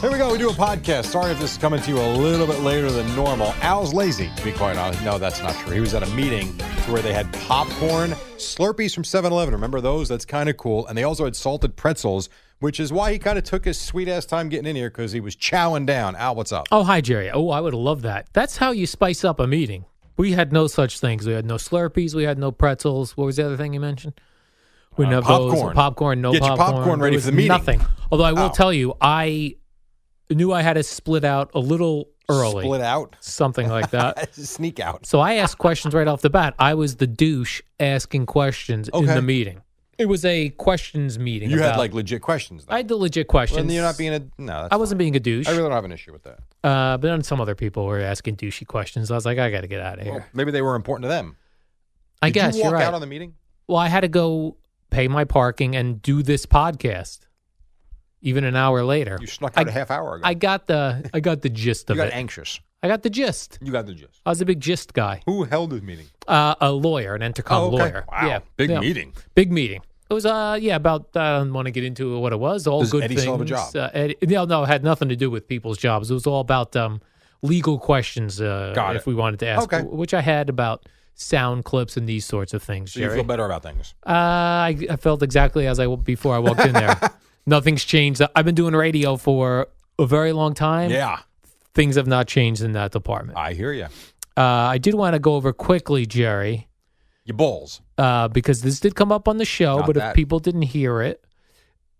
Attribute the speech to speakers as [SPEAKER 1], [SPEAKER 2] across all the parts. [SPEAKER 1] Here we go. We do a podcast. Sorry if this is coming to you a little bit later than normal. Al's lazy, to be quite honest. No, that's not true. He was at a meeting to where they had popcorn, Slurpees from 7 Eleven. Remember those? That's kind of cool. And they also had salted pretzels, which is why he kind of took his sweet ass time getting in here because he was chowing down. Al, what's up?
[SPEAKER 2] Oh, hi, Jerry. Oh, I would love that. That's how you spice up a meeting. We had no such things. We had no Slurpees. We had no pretzels. What was the other thing you mentioned? We
[SPEAKER 1] Uh,
[SPEAKER 2] had no
[SPEAKER 1] popcorn.
[SPEAKER 2] popcorn. No
[SPEAKER 1] Get your
[SPEAKER 2] popcorn.
[SPEAKER 1] popcorn ready
[SPEAKER 2] There
[SPEAKER 1] for the
[SPEAKER 2] was
[SPEAKER 1] meeting.
[SPEAKER 2] Nothing. Although I will
[SPEAKER 1] Oh.
[SPEAKER 2] tell you, I knew I had to split out a little early,
[SPEAKER 1] Split out.
[SPEAKER 2] something like that.
[SPEAKER 1] Sneak out.
[SPEAKER 2] so I asked questions right off the bat. I was the douche asking questions in
[SPEAKER 1] Okay.
[SPEAKER 2] the meeting. It was a questions meeting.
[SPEAKER 1] You had
[SPEAKER 2] about-
[SPEAKER 1] like legit questions. Though.
[SPEAKER 2] I had the legit questions.
[SPEAKER 1] and you're not being a. No, that's
[SPEAKER 2] I wasn't being a douche.
[SPEAKER 1] I really don't have an issue with that.
[SPEAKER 2] Uh, but then some other people were asking douchey questions. I was like, I got to get out of here.
[SPEAKER 1] Well, maybe they were important to them.
[SPEAKER 2] I
[SPEAKER 1] Did
[SPEAKER 2] guess
[SPEAKER 1] you walk
[SPEAKER 2] are right.
[SPEAKER 1] out on the meeting?
[SPEAKER 2] well, I had to go pay my parking and do this podcast. Even an hour later,
[SPEAKER 1] You snuck
[SPEAKER 2] I-
[SPEAKER 1] out a half hour ago.
[SPEAKER 2] I got the I got the gist
[SPEAKER 1] you
[SPEAKER 2] of
[SPEAKER 1] got
[SPEAKER 2] it.
[SPEAKER 1] anxious.
[SPEAKER 2] I got the gist.
[SPEAKER 1] You got the gist.
[SPEAKER 2] I was a big gist guy.
[SPEAKER 1] Who held the meeting?
[SPEAKER 2] Uh, a lawyer, an intercom lawyer.
[SPEAKER 1] Oh, Wow.
[SPEAKER 2] Yeah,
[SPEAKER 1] Big
[SPEAKER 2] yeah.
[SPEAKER 1] meeting.
[SPEAKER 2] Big meeting. It was uh yeah about I don't want to get into what it was. All
[SPEAKER 1] Does
[SPEAKER 2] good
[SPEAKER 1] Eddie
[SPEAKER 2] things.
[SPEAKER 1] still have a job?
[SPEAKER 2] Uh, Eddie, no, no, it had nothing to do with people's jobs. It was all about um, legal questions. Uh,
[SPEAKER 1] Got
[SPEAKER 2] if
[SPEAKER 1] it.
[SPEAKER 2] we wanted to ask,
[SPEAKER 1] Okay.
[SPEAKER 2] which I had about sound clips and these sorts of things.
[SPEAKER 1] So
[SPEAKER 2] Jerry.
[SPEAKER 1] you feel better about things.
[SPEAKER 2] Uh, I, I felt exactly as I before I walked in there. Nothing's changed. I've been doing radio for a very long time.
[SPEAKER 1] Yeah. Ah.
[SPEAKER 2] Things have not changed in that department.
[SPEAKER 1] I hear you.
[SPEAKER 2] Uh, I did want to go over quickly, Jerry.
[SPEAKER 1] You bulls.
[SPEAKER 2] uh, because this did come up on the show,
[SPEAKER 1] Not
[SPEAKER 2] but
[SPEAKER 1] that.
[SPEAKER 2] if people didn't hear it,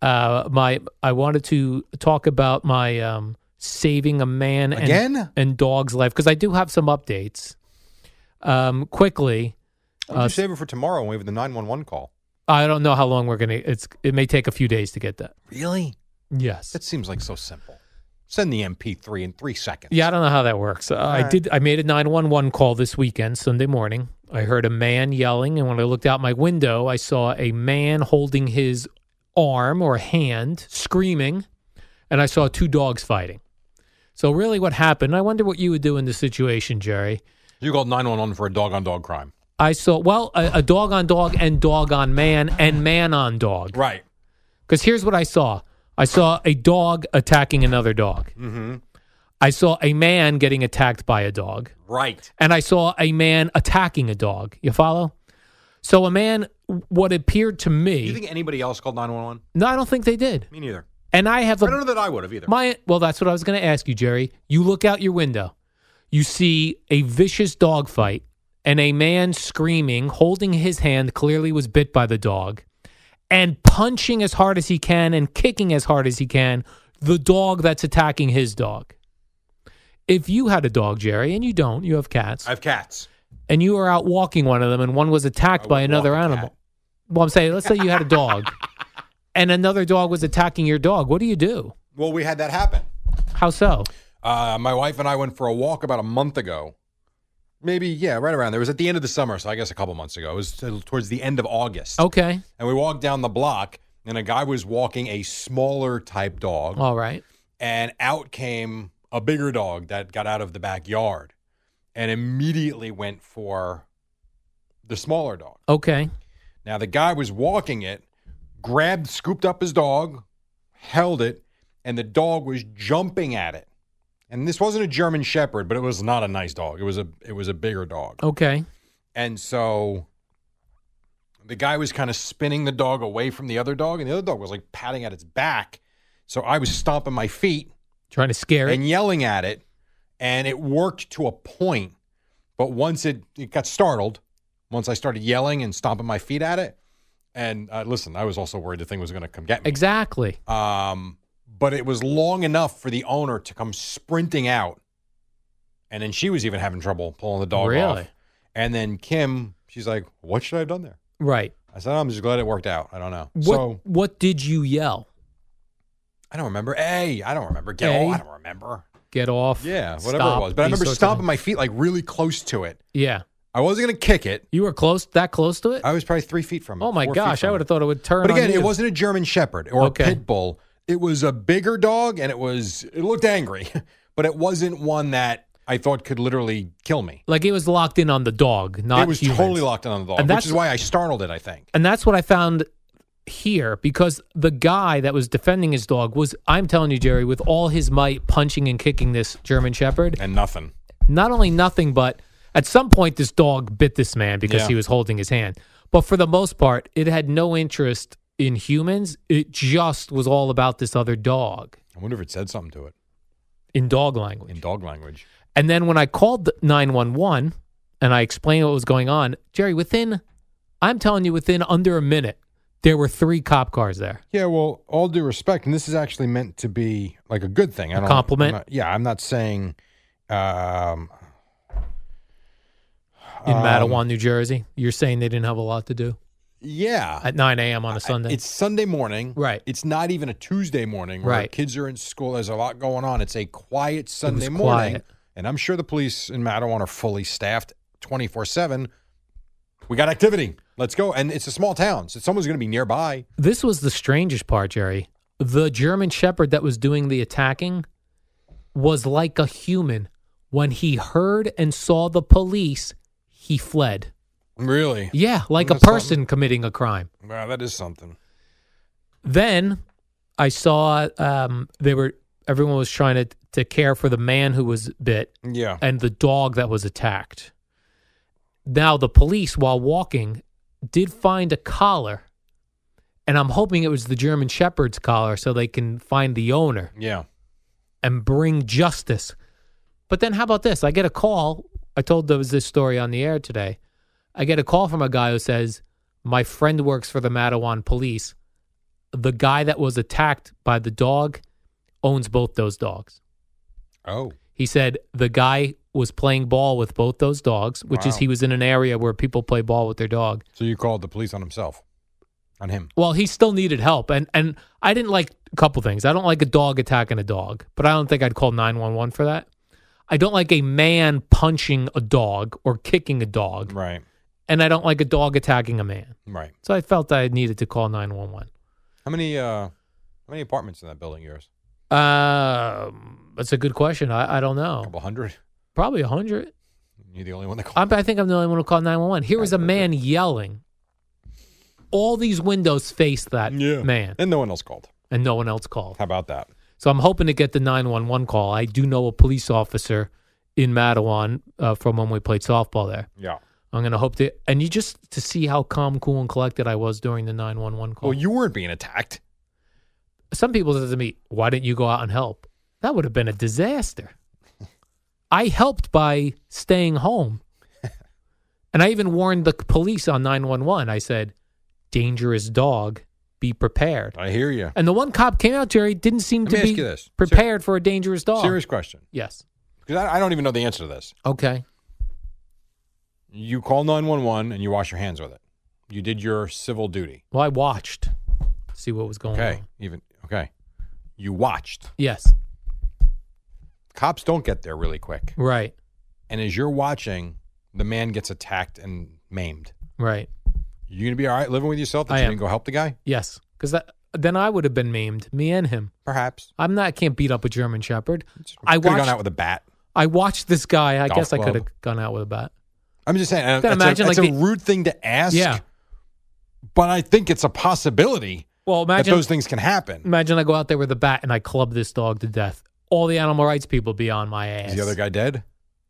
[SPEAKER 2] uh, my I wanted to talk about my um, saving a man and,
[SPEAKER 1] Again?
[SPEAKER 2] and dog's life because I do have some updates. Um, quickly, Uh,
[SPEAKER 1] Why don't you save it for tomorrow when we have the 911 call.
[SPEAKER 2] I don't know how long we're gonna. It's it may take a few days to get that.
[SPEAKER 1] Really?
[SPEAKER 2] Yes.
[SPEAKER 1] That seems like so simple. Send the MP3 in three seconds.
[SPEAKER 2] yeah, I don't know how that works. Uh, I did. I made a nine one one call this weekend, Sunday morning. I heard a man yelling, and when I looked out my window, I saw a man holding his arm or hand, screaming, and I saw two dogs fighting. So, really, what happened? I wonder what you would do in this situation, Jerry.
[SPEAKER 1] You called 911 for a dog on dog crime.
[SPEAKER 2] I saw well a, a dog on dog and dog on man and man on dog.
[SPEAKER 1] Right.
[SPEAKER 2] Because here's what I saw I saw a dog attacking another dog. Mm-hmm. I saw a man getting attacked by a dog.
[SPEAKER 1] Right.
[SPEAKER 2] And I saw a man attacking a dog. You follow? So, a man, what appeared to
[SPEAKER 1] Do
[SPEAKER 2] me,
[SPEAKER 1] you think anybody else called 911?
[SPEAKER 2] no, I don't think they did.
[SPEAKER 1] Me neither.
[SPEAKER 2] And I have
[SPEAKER 1] I don't
[SPEAKER 2] a,
[SPEAKER 1] know that I would have either.
[SPEAKER 2] my, well, that's what I was going to ask you, Jerry. You look out your window, you see a vicious dog fight, and a man screaming, holding his hand, clearly was bit by the dog, and punching as hard as he can and kicking as hard as he can the dog that's attacking his dog. If you had a dog, Jerry, and you don't, you have cats.
[SPEAKER 1] I have cats.
[SPEAKER 2] and you were out walking one of them and one was attacked
[SPEAKER 1] I
[SPEAKER 2] by
[SPEAKER 1] would
[SPEAKER 2] another
[SPEAKER 1] walk a
[SPEAKER 2] animal.
[SPEAKER 1] cat.
[SPEAKER 2] Well, I'm saying, let's say you had a dog and another dog was attacking your dog. What do you do?
[SPEAKER 1] Well, we had that happen.
[SPEAKER 2] How so?
[SPEAKER 1] Uh, my wife and I went for a walk about a month ago. Maybe, yeah, right around there. It was at the end of the summer, so I guess a couple months ago. It was t- towards the end of August.
[SPEAKER 2] Okay.
[SPEAKER 1] And we walked down the block, and a guy was walking a smaller type dog,
[SPEAKER 2] All right.
[SPEAKER 1] and out came a bigger dog that got out of the backyard and immediately went for the smaller dog.
[SPEAKER 2] Okay.
[SPEAKER 1] Now, the guy was walking it, grabbed, scooped up his dog, held it, and the dog was jumping at it. And this wasn't a German Shepherd, but it was not a nice dog. It was a it was a bigger dog.
[SPEAKER 2] Okay.
[SPEAKER 1] And so the guy was kind of spinning the dog away from the other dog, and the other dog was like patting at its back. So I was stomping my feet
[SPEAKER 2] Trying to scare it.
[SPEAKER 1] and yelling at it, and it worked to a point. But once it, it got startled once I started yelling and stomping my feet at it. And uh, listen, I was also worried the thing was going to come get me.
[SPEAKER 2] Exactly.
[SPEAKER 1] Um, but it was long enough for the owner to come sprinting out. And then she was even having trouble pulling the dog off.
[SPEAKER 2] Really?
[SPEAKER 1] And then Kim, she's like, What should I have done there?
[SPEAKER 2] Right.
[SPEAKER 1] I said, I'm just glad it worked out. I don't know.
[SPEAKER 2] What
[SPEAKER 1] So
[SPEAKER 2] What did you yell?
[SPEAKER 1] I don't remember. Hey, I don't remember. Get
[SPEAKER 2] Hey.
[SPEAKER 1] I don't remember.
[SPEAKER 2] Get off.
[SPEAKER 1] Yeah, whatever
[SPEAKER 2] stop,
[SPEAKER 1] it was. But I
[SPEAKER 2] these
[SPEAKER 1] remember
[SPEAKER 2] sorts of
[SPEAKER 1] stomping
[SPEAKER 2] things.
[SPEAKER 1] my feet like really close to it.
[SPEAKER 2] Yeah.
[SPEAKER 1] I wasn't going to kick it.
[SPEAKER 2] You were close. That close to it.
[SPEAKER 1] I was probably three feet from it.
[SPEAKER 2] oh my
[SPEAKER 1] four feet
[SPEAKER 2] gosh!
[SPEAKER 1] from
[SPEAKER 2] I
[SPEAKER 1] it.
[SPEAKER 2] would have thought it would turn.
[SPEAKER 1] But
[SPEAKER 2] on
[SPEAKER 1] again,
[SPEAKER 2] you.
[SPEAKER 1] it wasn't a German Shepherd or
[SPEAKER 2] Okay.
[SPEAKER 1] a pit bull. It was a bigger dog, and it was it looked angry, but it wasn't one that I thought could literally kill me.
[SPEAKER 2] like it was locked in on the dog, not
[SPEAKER 1] it was
[SPEAKER 2] humans.
[SPEAKER 1] totally locked in on the
[SPEAKER 2] And
[SPEAKER 1] dog, which
[SPEAKER 2] that's-
[SPEAKER 1] is why I startled it. I think.
[SPEAKER 2] And that's what I found here because the guy that was defending his dog was, I'm telling you, Jerry, with all his might, punching and kicking this German Shepherd.
[SPEAKER 1] And nothing.
[SPEAKER 2] Not only nothing, but at some point, this dog bit this man because
[SPEAKER 1] Yeah.
[SPEAKER 2] he was holding his hand. But for the most part, it had no interest in humans. It just was all about this other dog
[SPEAKER 1] I wonder if it said something to it
[SPEAKER 2] in dog language.
[SPEAKER 1] in dog language.
[SPEAKER 2] And then when I called the 911 and I explained what was going on, Jerry, within, I'm telling you, within under a minute, there were three cop cars there.
[SPEAKER 1] Yeah, well, all due respect, and this is actually meant to be like a good thing. I
[SPEAKER 2] A
[SPEAKER 1] don't I'm
[SPEAKER 2] compliment?
[SPEAKER 1] not- yeah, I'm not saying. Um,
[SPEAKER 2] in
[SPEAKER 1] um,
[SPEAKER 2] Mattawan, New Jersey. You're saying they didn't have a lot to do
[SPEAKER 1] Yeah,
[SPEAKER 2] at 9 a.m. on a Sunday.
[SPEAKER 1] It's Sunday morning.
[SPEAKER 2] Right.
[SPEAKER 1] It's not even a Tuesday morning where
[SPEAKER 2] Right.
[SPEAKER 1] kids are in school. There's a lot going on. It's a quiet Sunday
[SPEAKER 2] quiet.
[SPEAKER 1] morning. And I'm sure the police in Mattawan are fully staffed 24 7. We got activity. Let's go. And it's a small town, so someone's going to be nearby.
[SPEAKER 2] this was the strangest part, Jerry. The German Shepherd that was doing the attacking was like a human. When he heard and saw the police, he fled.
[SPEAKER 1] Really?
[SPEAKER 2] Yeah, like a
[SPEAKER 1] That's
[SPEAKER 2] person
[SPEAKER 1] something.
[SPEAKER 2] committing a crime.
[SPEAKER 1] Wow, that is something.
[SPEAKER 2] Then I saw um, they were everyone was trying to to care for the man who was bit.
[SPEAKER 1] Yeah.
[SPEAKER 2] and the dog that was attacked. Now, the police, while walking, did find a collar, and I'm hoping it was the German Shepherd's collar so they can find the owner
[SPEAKER 1] Yeah.
[SPEAKER 2] and bring justice. But then, how about this? I get a call. I told there was this story on the air today. I get a call from a guy who says, My friend works for the Mattawan police. The guy that was attacked by the dog owns both those dogs.
[SPEAKER 1] Oh.
[SPEAKER 2] He said the guy was playing ball with both those dogs, which is
[SPEAKER 1] Wow.
[SPEAKER 2] he was in an area where people play ball with their dog.
[SPEAKER 1] So you called the police on himself, on him.
[SPEAKER 2] Well, he still needed help, and and I didn't like a couple things. I don't like a dog attacking a dog, but I don't think I'd call nine one one for that. I don't like a man punching a dog or kicking a dog,
[SPEAKER 1] Right.
[SPEAKER 2] and I don't like a dog attacking a man.
[SPEAKER 1] Right.
[SPEAKER 2] So I felt I needed to call nine one one.
[SPEAKER 1] How many, uh, how many apartments in that building yours?
[SPEAKER 2] Um, that's a good question. I, I don't
[SPEAKER 1] A
[SPEAKER 2] know.
[SPEAKER 1] couple hundred?
[SPEAKER 2] Probably a hundred.
[SPEAKER 1] You're the only one that called.
[SPEAKER 2] I'm, Oh. I think I'm the only one who called 911. Here was a man yelling. All these windows faced that man,
[SPEAKER 1] And no one else called.
[SPEAKER 2] and no one else called.
[SPEAKER 1] How about that?
[SPEAKER 2] So I'm hoping to get the 911 call. I do know a police officer in Mattawan uh, from when we played softball there.
[SPEAKER 1] Yeah.
[SPEAKER 2] I'm going to hope to, and you just to see how calm, cool, and collected I was during the 911 call.
[SPEAKER 1] Well, you weren't being attacked.
[SPEAKER 2] Some people said to me, Why didn't you go out and help? That would have been a disaster. I helped by staying home. And I even warned the police on 911. I said, Dangerous dog, be prepared.
[SPEAKER 1] I hear you.
[SPEAKER 2] And the one cop came out, Jerry, didn't seem
[SPEAKER 1] Let
[SPEAKER 2] to
[SPEAKER 1] me
[SPEAKER 2] be
[SPEAKER 1] ask you this. Ser-
[SPEAKER 2] prepared for a dangerous dog.
[SPEAKER 1] Serious question.
[SPEAKER 2] Yes.
[SPEAKER 1] Because I, I don't even know the answer to this.
[SPEAKER 2] Okay.
[SPEAKER 1] You call 911 and you wash your hands with it. You did your civil duty.
[SPEAKER 2] Well, I watched, see what was going
[SPEAKER 1] Okay.
[SPEAKER 2] on.
[SPEAKER 1] Even, okay. You watched.
[SPEAKER 2] Yes.
[SPEAKER 1] Cops don't get there really quick.
[SPEAKER 2] Right.
[SPEAKER 1] And as you're watching, the man gets attacked and maimed.
[SPEAKER 2] Right.
[SPEAKER 1] You going to be all right living with yourself that
[SPEAKER 2] I
[SPEAKER 1] you
[SPEAKER 2] am.
[SPEAKER 1] didn't go help the guy?
[SPEAKER 2] Yes. Because then I would have been maimed, me and him.
[SPEAKER 1] Perhaps.
[SPEAKER 2] I'm not, I can't beat up a German Shepherd. I
[SPEAKER 1] Could have
[SPEAKER 2] watched
[SPEAKER 1] gone out with a bat.
[SPEAKER 2] I watched this guy. I
[SPEAKER 1] Golf
[SPEAKER 2] guess I
[SPEAKER 1] club.
[SPEAKER 2] could have gone out with a bat.
[SPEAKER 1] I'm just saying. uh,
[SPEAKER 2] Then
[SPEAKER 1] That's,
[SPEAKER 2] imagine,
[SPEAKER 1] a, that's
[SPEAKER 2] like,
[SPEAKER 1] a
[SPEAKER 2] the-
[SPEAKER 1] rude thing to ask.
[SPEAKER 2] Yeah.
[SPEAKER 1] But I think it's a possibility
[SPEAKER 2] Well,
[SPEAKER 1] that
[SPEAKER 2] imagine
[SPEAKER 1] those things can happen.
[SPEAKER 2] imagine I go out there with a bat and I club this dog to death. All the animal rights people be on my ass.
[SPEAKER 1] Is the other guy dead?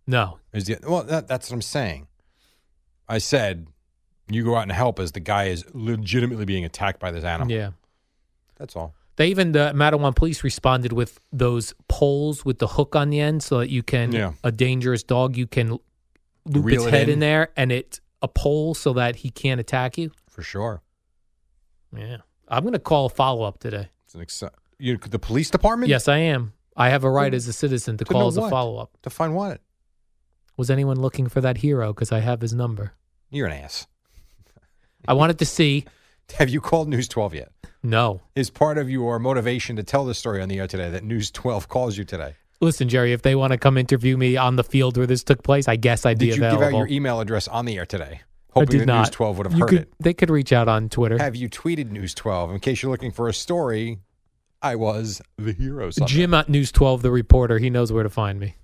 [SPEAKER 2] No.
[SPEAKER 1] Is the well? That, that's what I'm saying. I said you go out and help as the guy is legitimately being attacked by this animal.
[SPEAKER 2] Yeah.
[SPEAKER 1] That's all.
[SPEAKER 2] They even the Mattawan police responded with those poles with the hook on the end so that you can
[SPEAKER 1] Yeah.
[SPEAKER 2] a dangerous dog you can loop
[SPEAKER 1] Reel
[SPEAKER 2] its
[SPEAKER 1] it
[SPEAKER 2] head in.
[SPEAKER 1] in.
[SPEAKER 2] there and it a pole so that he can't attack you?
[SPEAKER 1] for sure.
[SPEAKER 2] Yeah. I'm going to call a follow up today.
[SPEAKER 1] It's an exci- you, the police department.
[SPEAKER 2] Yes, I am. I have a right as a citizen to
[SPEAKER 1] To
[SPEAKER 2] call
[SPEAKER 1] know
[SPEAKER 2] as a
[SPEAKER 1] what?
[SPEAKER 2] follow up.
[SPEAKER 1] to find what?
[SPEAKER 2] Was anyone looking for that hero? Because I have his number.
[SPEAKER 1] You're an ass.
[SPEAKER 2] I wanted to see.
[SPEAKER 1] Have you called News 12 yet?
[SPEAKER 2] No.
[SPEAKER 1] Is part of your motivation to tell this story on the air today that News 12 calls you today?
[SPEAKER 2] Listen, Jerry, if they want to come interview me on the field where this took place, I guess I'd be
[SPEAKER 1] Did you
[SPEAKER 2] available.
[SPEAKER 1] give out your email address on the air today?
[SPEAKER 2] I
[SPEAKER 1] Hoping
[SPEAKER 2] did
[SPEAKER 1] that
[SPEAKER 2] not.
[SPEAKER 1] News 12 would have
[SPEAKER 2] You
[SPEAKER 1] heard
[SPEAKER 2] could-
[SPEAKER 1] it.
[SPEAKER 2] They could reach out on Twitter.
[SPEAKER 1] Have you tweeted News 12 in case you're looking for a story? I was the hero. Sunday.
[SPEAKER 2] Jim at News 12, the reporter, he knows where to find me.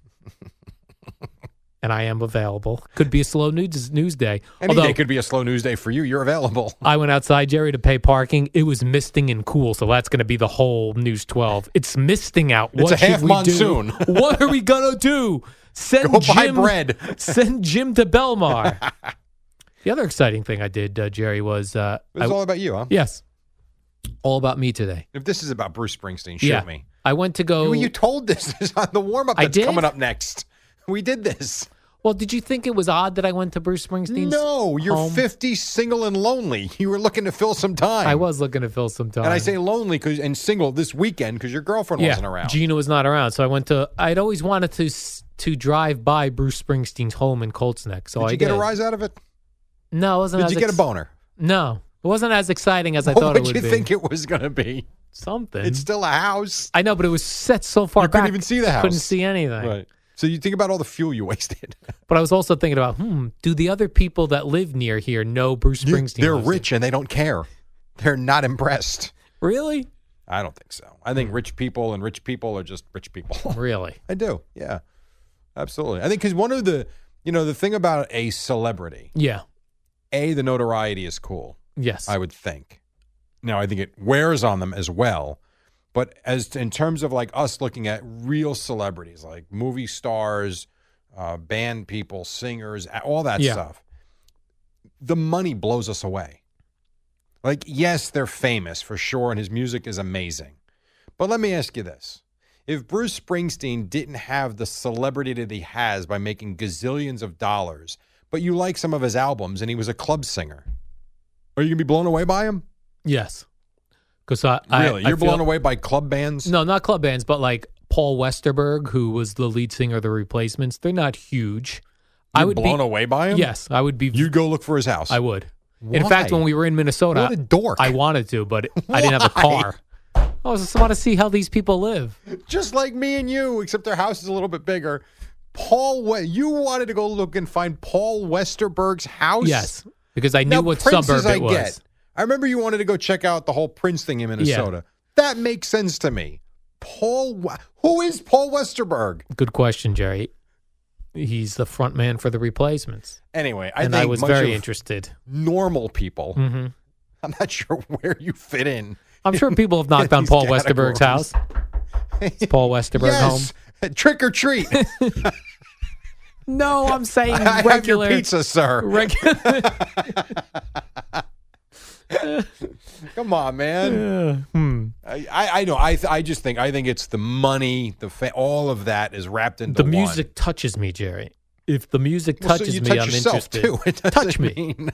[SPEAKER 2] and I am available. Could be a slow news, news day.
[SPEAKER 1] Any
[SPEAKER 2] Although
[SPEAKER 1] day could be a slow news day for you. You're available.
[SPEAKER 2] I went outside, Jerry, to pay parking. It was misting and cool, so that's going to be the whole News 12. It's misting out.
[SPEAKER 1] It's
[SPEAKER 2] What
[SPEAKER 1] a half
[SPEAKER 2] should we
[SPEAKER 1] monsoon.
[SPEAKER 2] Do? what are we going to do? Send
[SPEAKER 1] Go
[SPEAKER 2] Jim,
[SPEAKER 1] buy bread.
[SPEAKER 2] send Jim to Belmar. the other exciting thing I did, uh, Jerry, was uh,
[SPEAKER 1] It's
[SPEAKER 2] I-
[SPEAKER 1] all about you, huh?
[SPEAKER 2] yes, all about me today.
[SPEAKER 1] If this is about Bruce Springsteen, shoot
[SPEAKER 2] yeah,
[SPEAKER 1] me.
[SPEAKER 2] I went to go.
[SPEAKER 1] You, you told this is on the warm up
[SPEAKER 2] I
[SPEAKER 1] that's
[SPEAKER 2] did?
[SPEAKER 1] coming up next. We did this.
[SPEAKER 2] Well, did you think it was odd that I went to Bruce Springsteen's?
[SPEAKER 1] No, you're
[SPEAKER 2] home?
[SPEAKER 1] 50, single and lonely. You were looking to fill some time.
[SPEAKER 2] I was looking to fill some time.
[SPEAKER 1] And I say lonely 'cause- and single this weekend because your girlfriend
[SPEAKER 2] yeah,
[SPEAKER 1] wasn't around.
[SPEAKER 2] Gina was not around, so I went to. I'd always wanted to s- to drive by Bruce Springsteen's home in Colts Neck. So
[SPEAKER 1] did you
[SPEAKER 2] I
[SPEAKER 1] get
[SPEAKER 2] did.
[SPEAKER 1] a rise out of it?
[SPEAKER 2] No, it wasn't.
[SPEAKER 1] Did
[SPEAKER 2] as
[SPEAKER 1] you get a
[SPEAKER 2] ex-
[SPEAKER 1] boner?
[SPEAKER 2] No, it wasn't as exciting as I thought
[SPEAKER 1] what
[SPEAKER 2] it would
[SPEAKER 1] did you
[SPEAKER 2] be. Mm-hmm.
[SPEAKER 1] think it was going to be?
[SPEAKER 2] Something.
[SPEAKER 1] It's still a house.
[SPEAKER 2] I know, but it was set so far
[SPEAKER 1] You couldn't
[SPEAKER 2] back,
[SPEAKER 1] even see the house.
[SPEAKER 2] Couldn't see anything.
[SPEAKER 1] Right. So you think about all the fuel you wasted.
[SPEAKER 2] But I was also thinking about, hmm, do the other people that live near here know Bruce
[SPEAKER 1] You-
[SPEAKER 2] Springsteen?
[SPEAKER 1] They're
[SPEAKER 2] lives here?
[SPEAKER 1] rich and they don't care. They're not impressed.
[SPEAKER 2] Really?
[SPEAKER 1] I don't think so. I think rich people and rich people are just rich people.
[SPEAKER 2] Really?
[SPEAKER 1] I do. Yeah. Absolutely. I think because one of the, you know, the thing about a celebrity,
[SPEAKER 2] Yeah.
[SPEAKER 1] A, the notoriety is cool.
[SPEAKER 2] Yes.
[SPEAKER 1] I would think. Now, I think it wears on them as well, but as in terms of like us looking at real celebrities, like movie stars, uh, band people, singers, a- all that
[SPEAKER 2] Yeah.
[SPEAKER 1] stuff, the money blows us away. Like, yes, they're famous for sure, and his music is amazing. But let me ask you this. If Bruce Springsteen didn't have the celebrity that he has by making gazillions of dollars, but you like some of his albums and he was a club singer, are you gonna be blown away by him?
[SPEAKER 2] yes. Because I, I
[SPEAKER 1] Really,
[SPEAKER 2] I
[SPEAKER 1] you're blown
[SPEAKER 2] feel-
[SPEAKER 1] away by club bands?
[SPEAKER 2] No, not club bands, but like Paul Westerberg, who was the lead singer of the Replacements. They're not huge. I
[SPEAKER 1] You're
[SPEAKER 2] would
[SPEAKER 1] blown
[SPEAKER 2] be,
[SPEAKER 1] away by him.
[SPEAKER 2] Yes, I would be.
[SPEAKER 1] you go look for his house.
[SPEAKER 2] I would. In fact,
[SPEAKER 1] Why?
[SPEAKER 2] when we were in Minnesota,
[SPEAKER 1] What a dork.
[SPEAKER 2] I wanted to, but I didn't have a
[SPEAKER 1] Why?
[SPEAKER 2] car. I was just want to see how these people live.
[SPEAKER 1] just like me and you, except their house is a little bit bigger. Paul, we- you wanted to go look and find Paul Westerberg's house.
[SPEAKER 2] Yes, because I knew
[SPEAKER 1] Oh, now,
[SPEAKER 2] what
[SPEAKER 1] Prince's
[SPEAKER 2] suburb
[SPEAKER 1] I
[SPEAKER 2] it was.
[SPEAKER 1] Get. I remember you wanted to go check out the whole Prince thing in Minnesota. That makes sense to me. Paul, We- who is Paul Westerberg?
[SPEAKER 2] Good question, Jerry. He's the front man for the replacements.
[SPEAKER 1] Anyway, I
[SPEAKER 2] and
[SPEAKER 1] think
[SPEAKER 2] I was
[SPEAKER 1] much
[SPEAKER 2] very
[SPEAKER 1] of
[SPEAKER 2] interested.
[SPEAKER 1] normal people.
[SPEAKER 2] hmm
[SPEAKER 1] I'm not sure where you fit in.
[SPEAKER 2] I'm sure people have knocked
[SPEAKER 1] in
[SPEAKER 2] on
[SPEAKER 1] these
[SPEAKER 2] Paul Westerberg's
[SPEAKER 1] categories.
[SPEAKER 2] house. Is Paul Westerberg home?
[SPEAKER 1] yes, trick or treat.
[SPEAKER 2] No, I'm saying
[SPEAKER 1] I have your
[SPEAKER 2] regular.
[SPEAKER 1] pizza, sir.
[SPEAKER 2] Regular.
[SPEAKER 1] Come on, man.
[SPEAKER 2] hmm.
[SPEAKER 1] I, I I know. I, th- I just think I think it's the money, the fa- all of that is wrapped into
[SPEAKER 2] The music touches me, Jerry. If the music
[SPEAKER 1] one. Well, so
[SPEAKER 2] touches
[SPEAKER 1] you
[SPEAKER 2] me,
[SPEAKER 1] touch
[SPEAKER 2] I'm
[SPEAKER 1] yourself
[SPEAKER 2] interested.
[SPEAKER 1] too. It doesn't
[SPEAKER 2] Touch me.
[SPEAKER 1] mean-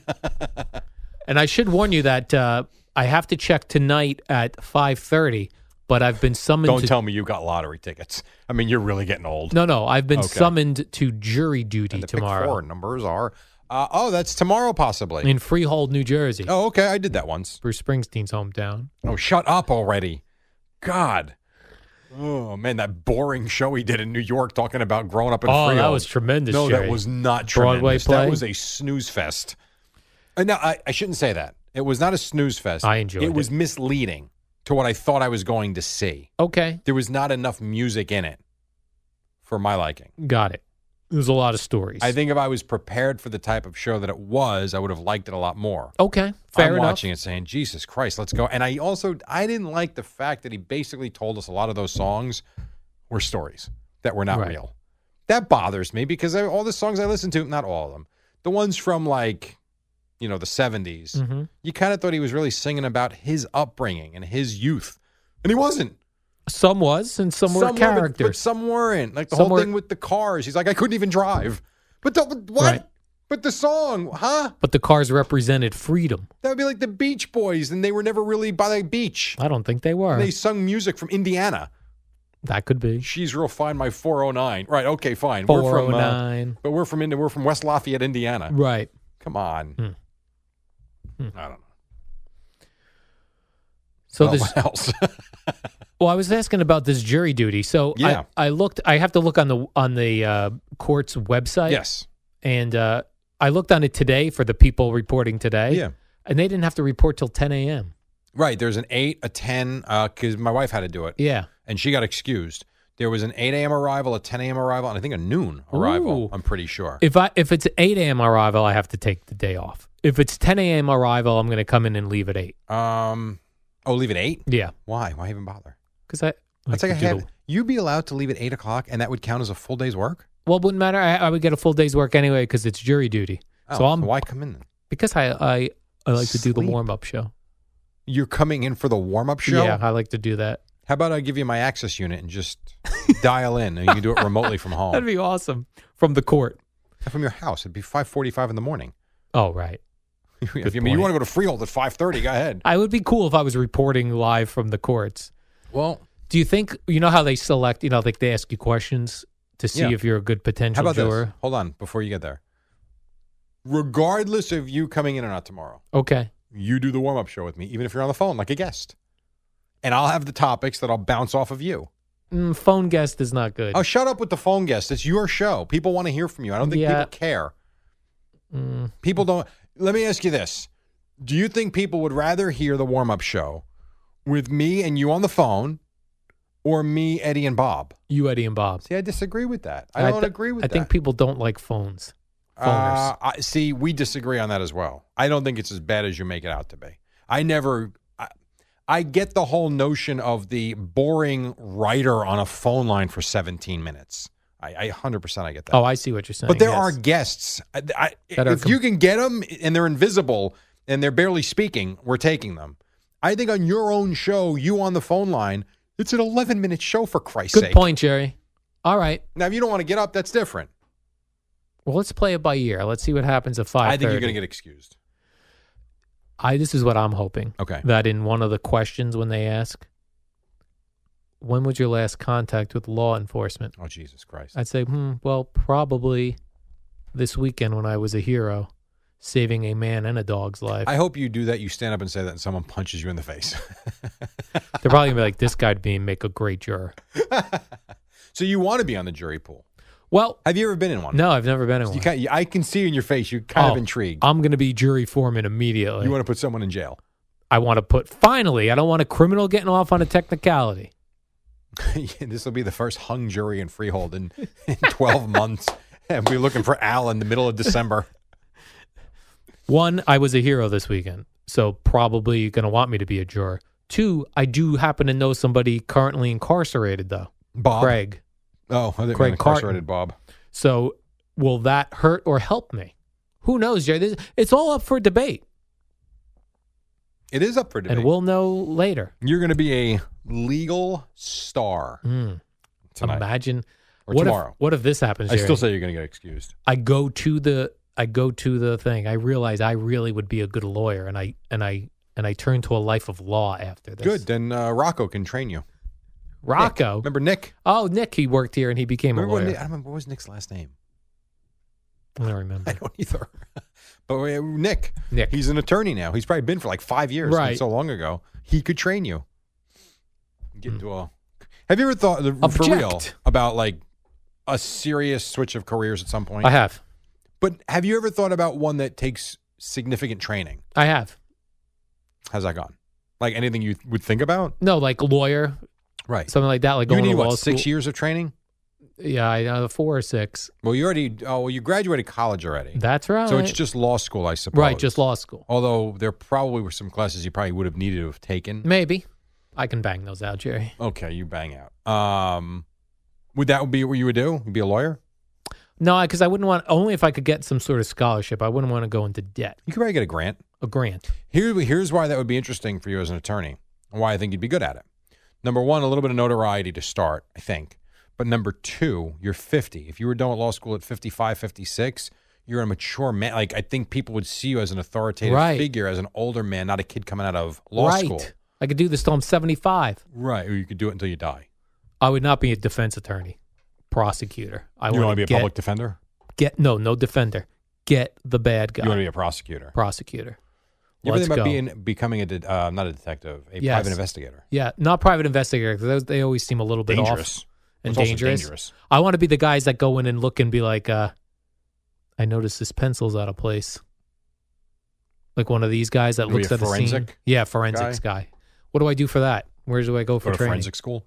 [SPEAKER 2] And I should warn you that uh, I have to check tonight at 5:30. But I've been summoned.
[SPEAKER 1] Don't
[SPEAKER 2] to,
[SPEAKER 1] tell me you got lottery tickets. I mean, you're really getting old.
[SPEAKER 2] No, no, I've been
[SPEAKER 1] Okay.
[SPEAKER 2] summoned to jury duty
[SPEAKER 1] And the pick four
[SPEAKER 2] tomorrow
[SPEAKER 1] numbers are. Uh, oh, that's tomorrow possibly.
[SPEAKER 2] in Freehold, New Jersey.
[SPEAKER 1] oh, okay. I did that once.
[SPEAKER 2] Bruce Springsteen's hometown.
[SPEAKER 1] Oh, shut up already. God. Oh man, that boring show he did in New York talking about growing up in
[SPEAKER 2] Oh, that
[SPEAKER 1] Freehold.
[SPEAKER 2] was tremendous,
[SPEAKER 1] No,
[SPEAKER 2] Jerry.
[SPEAKER 1] that was not
[SPEAKER 2] Broadway
[SPEAKER 1] tremendous.
[SPEAKER 2] play?
[SPEAKER 1] That was a snooze fest. Uh, No, I, I shouldn't say that. It was not a snooze fest.
[SPEAKER 2] I enjoyed
[SPEAKER 1] It was
[SPEAKER 2] it.
[SPEAKER 1] misleading to what I thought I was going to see.
[SPEAKER 2] Okay,
[SPEAKER 1] There was not enough music in it for my liking.
[SPEAKER 2] got it. There's a lot of stories.
[SPEAKER 1] I think if I was prepared for the type of show that it was, I would have liked it a lot more.
[SPEAKER 2] Okay, fair
[SPEAKER 1] I'm
[SPEAKER 2] enough.
[SPEAKER 1] watching it saying, Jesus Christ, let's go. And I also I didn't like the fact that he basically told us a lot of those songs were stories that were not
[SPEAKER 2] Right.
[SPEAKER 1] real. That bothers me because I, all the songs I listen to, not all of them, the ones from like, you know, the 70s,
[SPEAKER 2] Mhm.
[SPEAKER 1] you kind of thought he was really singing about his upbringing and his youth. And he wasn't.
[SPEAKER 2] Some was, and some, were
[SPEAKER 1] but- But,
[SPEAKER 2] characters.
[SPEAKER 1] some weren't. Like the
[SPEAKER 2] Some
[SPEAKER 1] whole
[SPEAKER 2] were-
[SPEAKER 1] thing with the cars. He's like, I couldn't even drive. But don't, but what?
[SPEAKER 2] Right.
[SPEAKER 1] But the song, huh?
[SPEAKER 2] But the cars represented freedom.
[SPEAKER 1] That would be like the Beach Boys, and they were never really by the beach.
[SPEAKER 2] I don't think they were.
[SPEAKER 1] They sung music from Indiana.
[SPEAKER 2] that could be.
[SPEAKER 1] She's real fine. My 409. Right. Okay. Fine. We're from, uh,
[SPEAKER 2] 409.
[SPEAKER 1] but we're from Ind- We're from West Lafayette, Indiana.
[SPEAKER 2] right.
[SPEAKER 1] Come on.
[SPEAKER 2] Hmm.
[SPEAKER 1] I don't know.
[SPEAKER 2] So
[SPEAKER 1] Well,
[SPEAKER 2] this
[SPEAKER 1] what else?
[SPEAKER 2] Well, I was asking about this jury duty. So
[SPEAKER 1] Yeah.
[SPEAKER 2] I, I looked. I have to look on the on the uh, court's website.
[SPEAKER 1] yes.
[SPEAKER 2] and uh, I looked on it today for the people reporting today.
[SPEAKER 1] Yeah.
[SPEAKER 2] and they didn't have to report till 10 a.m.
[SPEAKER 1] Right. There's an eight, a ten, because my wife had to do it,
[SPEAKER 2] Yeah,
[SPEAKER 1] and she got excused. There was an 8 a.m. arrival, a 10 a.m. arrival, and I think a noon arrival.
[SPEAKER 2] Ooh.
[SPEAKER 1] I'm pretty sure.
[SPEAKER 2] if I if it's 8 a.m. arrival, I have to take the day off. If it's 10 a.m. arrival, I'm going to come in and leave at eight.
[SPEAKER 1] um, oh, leave at eight.
[SPEAKER 2] Yeah,
[SPEAKER 1] Why? Why even bother?
[SPEAKER 2] because I
[SPEAKER 1] That's
[SPEAKER 2] I
[SPEAKER 1] like a
[SPEAKER 2] could do
[SPEAKER 1] half.
[SPEAKER 2] the-
[SPEAKER 1] You'd be allowed to leave at eight o'clock, and that would count as a full day's work.
[SPEAKER 2] well, it wouldn't matter. I, I would get a full day's work anyway because it's jury duty.
[SPEAKER 1] Oh,
[SPEAKER 2] so I'm
[SPEAKER 1] why come in? Then?
[SPEAKER 2] because I I, I like to do the
[SPEAKER 1] Sleep.
[SPEAKER 2] warm up show.
[SPEAKER 1] You're coming in for the warm up show.
[SPEAKER 2] Yeah, I like to do that.
[SPEAKER 1] How about I give you my access unit and just dial in, and you can do it remotely from
[SPEAKER 2] That'd
[SPEAKER 1] home,
[SPEAKER 2] be awesome from the court.
[SPEAKER 1] from your house. It'd be five forty-five in the morning.
[SPEAKER 2] Oh right.
[SPEAKER 1] if you, I mean, you
[SPEAKER 2] point.
[SPEAKER 1] want to go to Freehold at five thirty, go ahead.
[SPEAKER 2] I would be cool if I was reporting live from the courts.
[SPEAKER 1] Well,
[SPEAKER 2] Do you think you know how they select? You know, like they ask you questions to see
[SPEAKER 1] Yeah.
[SPEAKER 2] if you're a good
[SPEAKER 1] how
[SPEAKER 2] potential
[SPEAKER 1] about
[SPEAKER 2] juror.
[SPEAKER 1] this? Hold on, before you get there. Regardless of you coming in or not tomorrow,
[SPEAKER 2] Okay,
[SPEAKER 1] you do the warm up show with me, even if you're on the phone like a guest, and I'll have the topics that I'll bounce off of you.
[SPEAKER 2] mm, phone guest is not good.
[SPEAKER 1] Oh, shut up with the phone guest. It's your show. People want to hear from you. I don't think
[SPEAKER 2] Yeah.
[SPEAKER 1] people care.
[SPEAKER 2] Mm,
[SPEAKER 1] People don't. Let me ask you this: Do you think people would rather hear the warm-up show with me and you on the phone, or me, Eddie, and Bob?
[SPEAKER 2] you, Eddie and Bob.
[SPEAKER 1] See, I disagree with that. I don't
[SPEAKER 2] th-
[SPEAKER 1] agree with
[SPEAKER 2] I
[SPEAKER 1] that.
[SPEAKER 2] think people don't like phones.
[SPEAKER 1] Uh, I, see, we disagree on that as well. I don't think it's as bad as you make it out to be. I never. I, I get the whole notion of the boring writer on a phone line for 17 minutes. I, I 100% I get that.
[SPEAKER 2] Oh, I see what you're saying.
[SPEAKER 1] But there
[SPEAKER 2] yes.
[SPEAKER 1] are guests. I, I,
[SPEAKER 2] That are
[SPEAKER 1] if
[SPEAKER 2] com-
[SPEAKER 1] you can get them and they're invisible and they're barely speaking, we're taking them. I think on your own show, you on the phone line, it's an 11 minute show for Christ's
[SPEAKER 2] good
[SPEAKER 1] sake.
[SPEAKER 2] point, Jerry. All right,
[SPEAKER 1] Now, if you don't want to get up, that's different.
[SPEAKER 2] well, let's play it by ear. Let's see what happens at five.
[SPEAKER 1] I think you're going to get excused.
[SPEAKER 2] I this is what I'm hoping.
[SPEAKER 1] Okay.
[SPEAKER 2] That in one of the questions when they ask, when was your last contact with law enforcement?
[SPEAKER 1] Oh, Jesus Christ.
[SPEAKER 2] I'd say, hmm, well, probably this weekend when I was a hero, saving a man and a dog's life.
[SPEAKER 1] I hope you do that. You stand up and say that, and someone punches you in the face.
[SPEAKER 2] They're probably gonna be like, this guy'd be make a great juror.
[SPEAKER 1] so you want to be on the jury pool?
[SPEAKER 2] Well,
[SPEAKER 1] Have you ever been in one?
[SPEAKER 2] no, I've never been in
[SPEAKER 1] You
[SPEAKER 2] one.
[SPEAKER 1] kind I can see in your face. You're kind
[SPEAKER 2] Oh,
[SPEAKER 1] of intrigued.
[SPEAKER 2] I'm gonna be jury foreman immediately.
[SPEAKER 1] you want to put someone in jail?
[SPEAKER 2] I want to put finally. I don't want a criminal getting off on a technicality.
[SPEAKER 1] this will be the first hung jury in Freehold in, in 12 months. And we're looking for Al in the middle of December.
[SPEAKER 2] One, I was a hero this weekend, so probably you're gonna want me to be a juror. Two, I do happen to know somebody currently incarcerated though,
[SPEAKER 1] Bob.
[SPEAKER 2] Craig.
[SPEAKER 1] Oh, I think
[SPEAKER 2] Craig
[SPEAKER 1] incarcerated Bob.
[SPEAKER 2] So will that hurt or help me? Who knows, Jerry? This, it's all up for debate.
[SPEAKER 1] It is up for debate.
[SPEAKER 2] and we'll know later.
[SPEAKER 1] You're going to be a legal star
[SPEAKER 2] Mm.
[SPEAKER 1] tonight
[SPEAKER 2] Imagine
[SPEAKER 1] or
[SPEAKER 2] what
[SPEAKER 1] tomorrow.
[SPEAKER 2] If, what if this happens?
[SPEAKER 1] I still
[SPEAKER 2] Jerry?
[SPEAKER 1] say you're going to get excused.
[SPEAKER 2] I go to the I go to the thing. I realize I really would be a good lawyer, and I and I and I turn to a life of law after this.
[SPEAKER 1] Good. Then uh, Rocco can train you.
[SPEAKER 2] Rocco.
[SPEAKER 1] Nick. Remember Nick?
[SPEAKER 2] Oh, Nick, he worked here and he became a
[SPEAKER 1] Remember when
[SPEAKER 2] lawyer.
[SPEAKER 1] Nick- I don't remember. What was Nick's last name?
[SPEAKER 2] I don't
[SPEAKER 1] I
[SPEAKER 2] remember.
[SPEAKER 1] don't either. but uh, Nick,
[SPEAKER 2] Nick.
[SPEAKER 1] he's an attorney now. He's probably been for like five years. It's
[SPEAKER 2] Right.
[SPEAKER 1] so long ago. He could train you.
[SPEAKER 2] Hmm.
[SPEAKER 1] Get into a. Have you ever thought the- for real
[SPEAKER 2] Object.
[SPEAKER 1] about like a serious switch of careers at some point?
[SPEAKER 2] I have.
[SPEAKER 1] But have you ever thought about one that takes significant training?
[SPEAKER 2] I have.
[SPEAKER 1] How's that gone? Like anything you would think about?
[SPEAKER 2] No, like lawyer,
[SPEAKER 1] Right.
[SPEAKER 2] something like that, like
[SPEAKER 1] you
[SPEAKER 2] going
[SPEAKER 1] need
[SPEAKER 2] to law
[SPEAKER 1] what? Six
[SPEAKER 2] school.
[SPEAKER 1] years of training?
[SPEAKER 2] Yeah, I know four or six.
[SPEAKER 1] Well, you already. Oh, well, you graduated college already.
[SPEAKER 2] That's right.
[SPEAKER 1] Mm. so it's just Oh. law school, I suppose.
[SPEAKER 2] uh, right, just law school.
[SPEAKER 1] Although there probably were some classes you probably would have needed to have taken.
[SPEAKER 2] Maybe. I can bang those out, Jerry.
[SPEAKER 1] Okay, you bang out. Um, would that be what you would do? You'd be a lawyer?
[SPEAKER 2] No, because I wouldn't want only if I could get some sort of scholarship. I wouldn't want to go into debt,
[SPEAKER 1] You could probably get a grant.
[SPEAKER 2] a grant.
[SPEAKER 1] Here, here's why that would be interesting for you as an attorney, and why I think you'd be good at it. Number one, a little bit of notoriety to start, I think. But number two, you're 50. If you were done with law school at 55, 56, you're a mature man. Like I think people would see you as an authoritative
[SPEAKER 2] Right.
[SPEAKER 1] figure, as an older man, not a kid coming out of law
[SPEAKER 2] right.
[SPEAKER 1] school.
[SPEAKER 2] I could do this till I'm 75.
[SPEAKER 1] Right. Or you could do it until you die.
[SPEAKER 2] I would not be a defense attorney, prosecutor. I
[SPEAKER 1] you
[SPEAKER 2] want to
[SPEAKER 1] be a
[SPEAKER 2] get,
[SPEAKER 1] public defender?
[SPEAKER 2] get no, no defender. Get the bad guy,
[SPEAKER 1] You want to be a prosecutor?
[SPEAKER 2] prosecutor.
[SPEAKER 1] You ever
[SPEAKER 2] Let's
[SPEAKER 1] think about
[SPEAKER 2] go.
[SPEAKER 1] being becoming a de- uh, not a detective, a
[SPEAKER 2] Yes.
[SPEAKER 1] private investigator?
[SPEAKER 2] yeah, not private investigator because they always seem a little bit off
[SPEAKER 1] Dangerous.
[SPEAKER 2] and
[SPEAKER 1] It's also
[SPEAKER 2] dangerous.
[SPEAKER 1] dangerous.
[SPEAKER 2] I want to be the guys that go in and look and be like, uh, I noticed this pencil's out of place. Like one of these guys that
[SPEAKER 1] You'll be
[SPEAKER 2] looks
[SPEAKER 1] a
[SPEAKER 2] at a scene.
[SPEAKER 1] forensic
[SPEAKER 2] Yeah, forensics guy. What do I do for that? Where do I go for
[SPEAKER 1] Go to
[SPEAKER 2] training?
[SPEAKER 1] forensic school.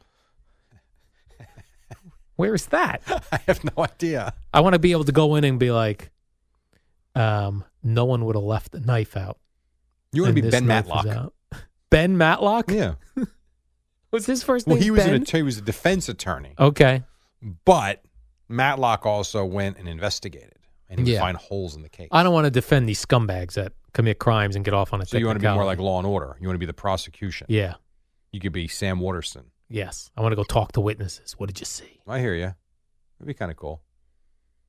[SPEAKER 2] Where is that?
[SPEAKER 1] I have no idea.
[SPEAKER 2] I want to be able to go in and be like, um, no one would have left the knife out.
[SPEAKER 1] You want
[SPEAKER 2] and
[SPEAKER 1] to be
[SPEAKER 2] this
[SPEAKER 1] Ben
[SPEAKER 2] knife was
[SPEAKER 1] Matlock?
[SPEAKER 2] out. Ben Matlock?
[SPEAKER 1] Yeah.
[SPEAKER 2] Was his first name
[SPEAKER 1] Well, he was
[SPEAKER 2] Ben?
[SPEAKER 1] an att- he was a defense attorney,
[SPEAKER 2] okay.
[SPEAKER 1] but Matlock also went and investigated, and he would
[SPEAKER 2] Yeah.
[SPEAKER 1] find holes in the case.
[SPEAKER 2] I don't want to defend these scumbags that commit crimes and get off on a
[SPEAKER 1] so you want to be more like
[SPEAKER 2] technicality.
[SPEAKER 1] Law and Order. You want to be the prosecution.
[SPEAKER 2] Yeah.
[SPEAKER 1] You could be Sam Waterston.
[SPEAKER 2] Yes. I want to go talk to witnesses. What did you see?
[SPEAKER 1] I hear you. It'd be kind of cool.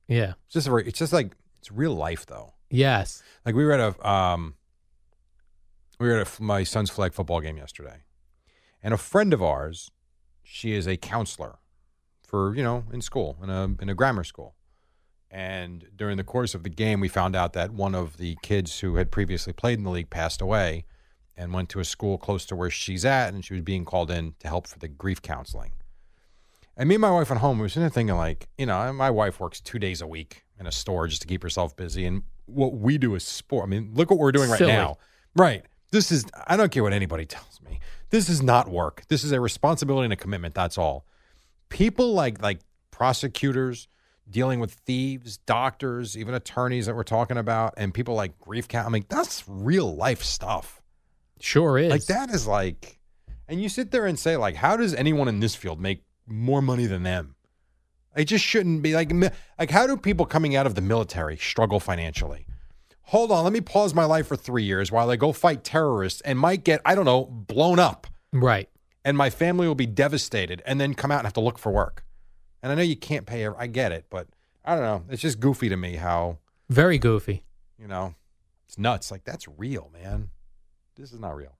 [SPEAKER 2] Yeah.
[SPEAKER 1] It's just a very, it's just like it's real life though.
[SPEAKER 2] Yes.
[SPEAKER 1] Like we were at a um, we were at a f my son's flag football game yesterday, and a friend of ours, she is a counselor for you know in school in a in a grammar school, and during the course of the game, we found out that one of the kids who had previously played in the league passed away, and went to a school close to where she's at, and she was being called in to help for the grief counseling. And me and my wife at home, we were sitting there thinking, like, you know, my wife works two days a week in a store just to keep herself busy. And what we do is sport. I mean, look what we're doing right
[SPEAKER 2] Silly.
[SPEAKER 1] now. Right. This is, I don't care what anybody tells me. This is not work. This is a responsibility and a commitment. That's all. People like, like prosecutors dealing with thieves, doctors, even attorneys that we're talking about, and people like grief count. I'm like, that's real life stuff.
[SPEAKER 2] Sure is.
[SPEAKER 1] Like that is like, and you sit there and say like, how does anyone in this field make more money than them? It just shouldn't be like, mi- like how do people coming out of the military struggle financially? Hold on, let me pause my life for three years while I go fight terrorists and might get I don't know blown up,
[SPEAKER 2] Right.
[SPEAKER 1] and my family will be devastated, and then come out and have to look for work. And I know you can't pay. ev- I get it, but I don't know. It's just goofy to me how
[SPEAKER 2] Very goofy.
[SPEAKER 1] you know it's nuts. Like that's real, man. This is not real.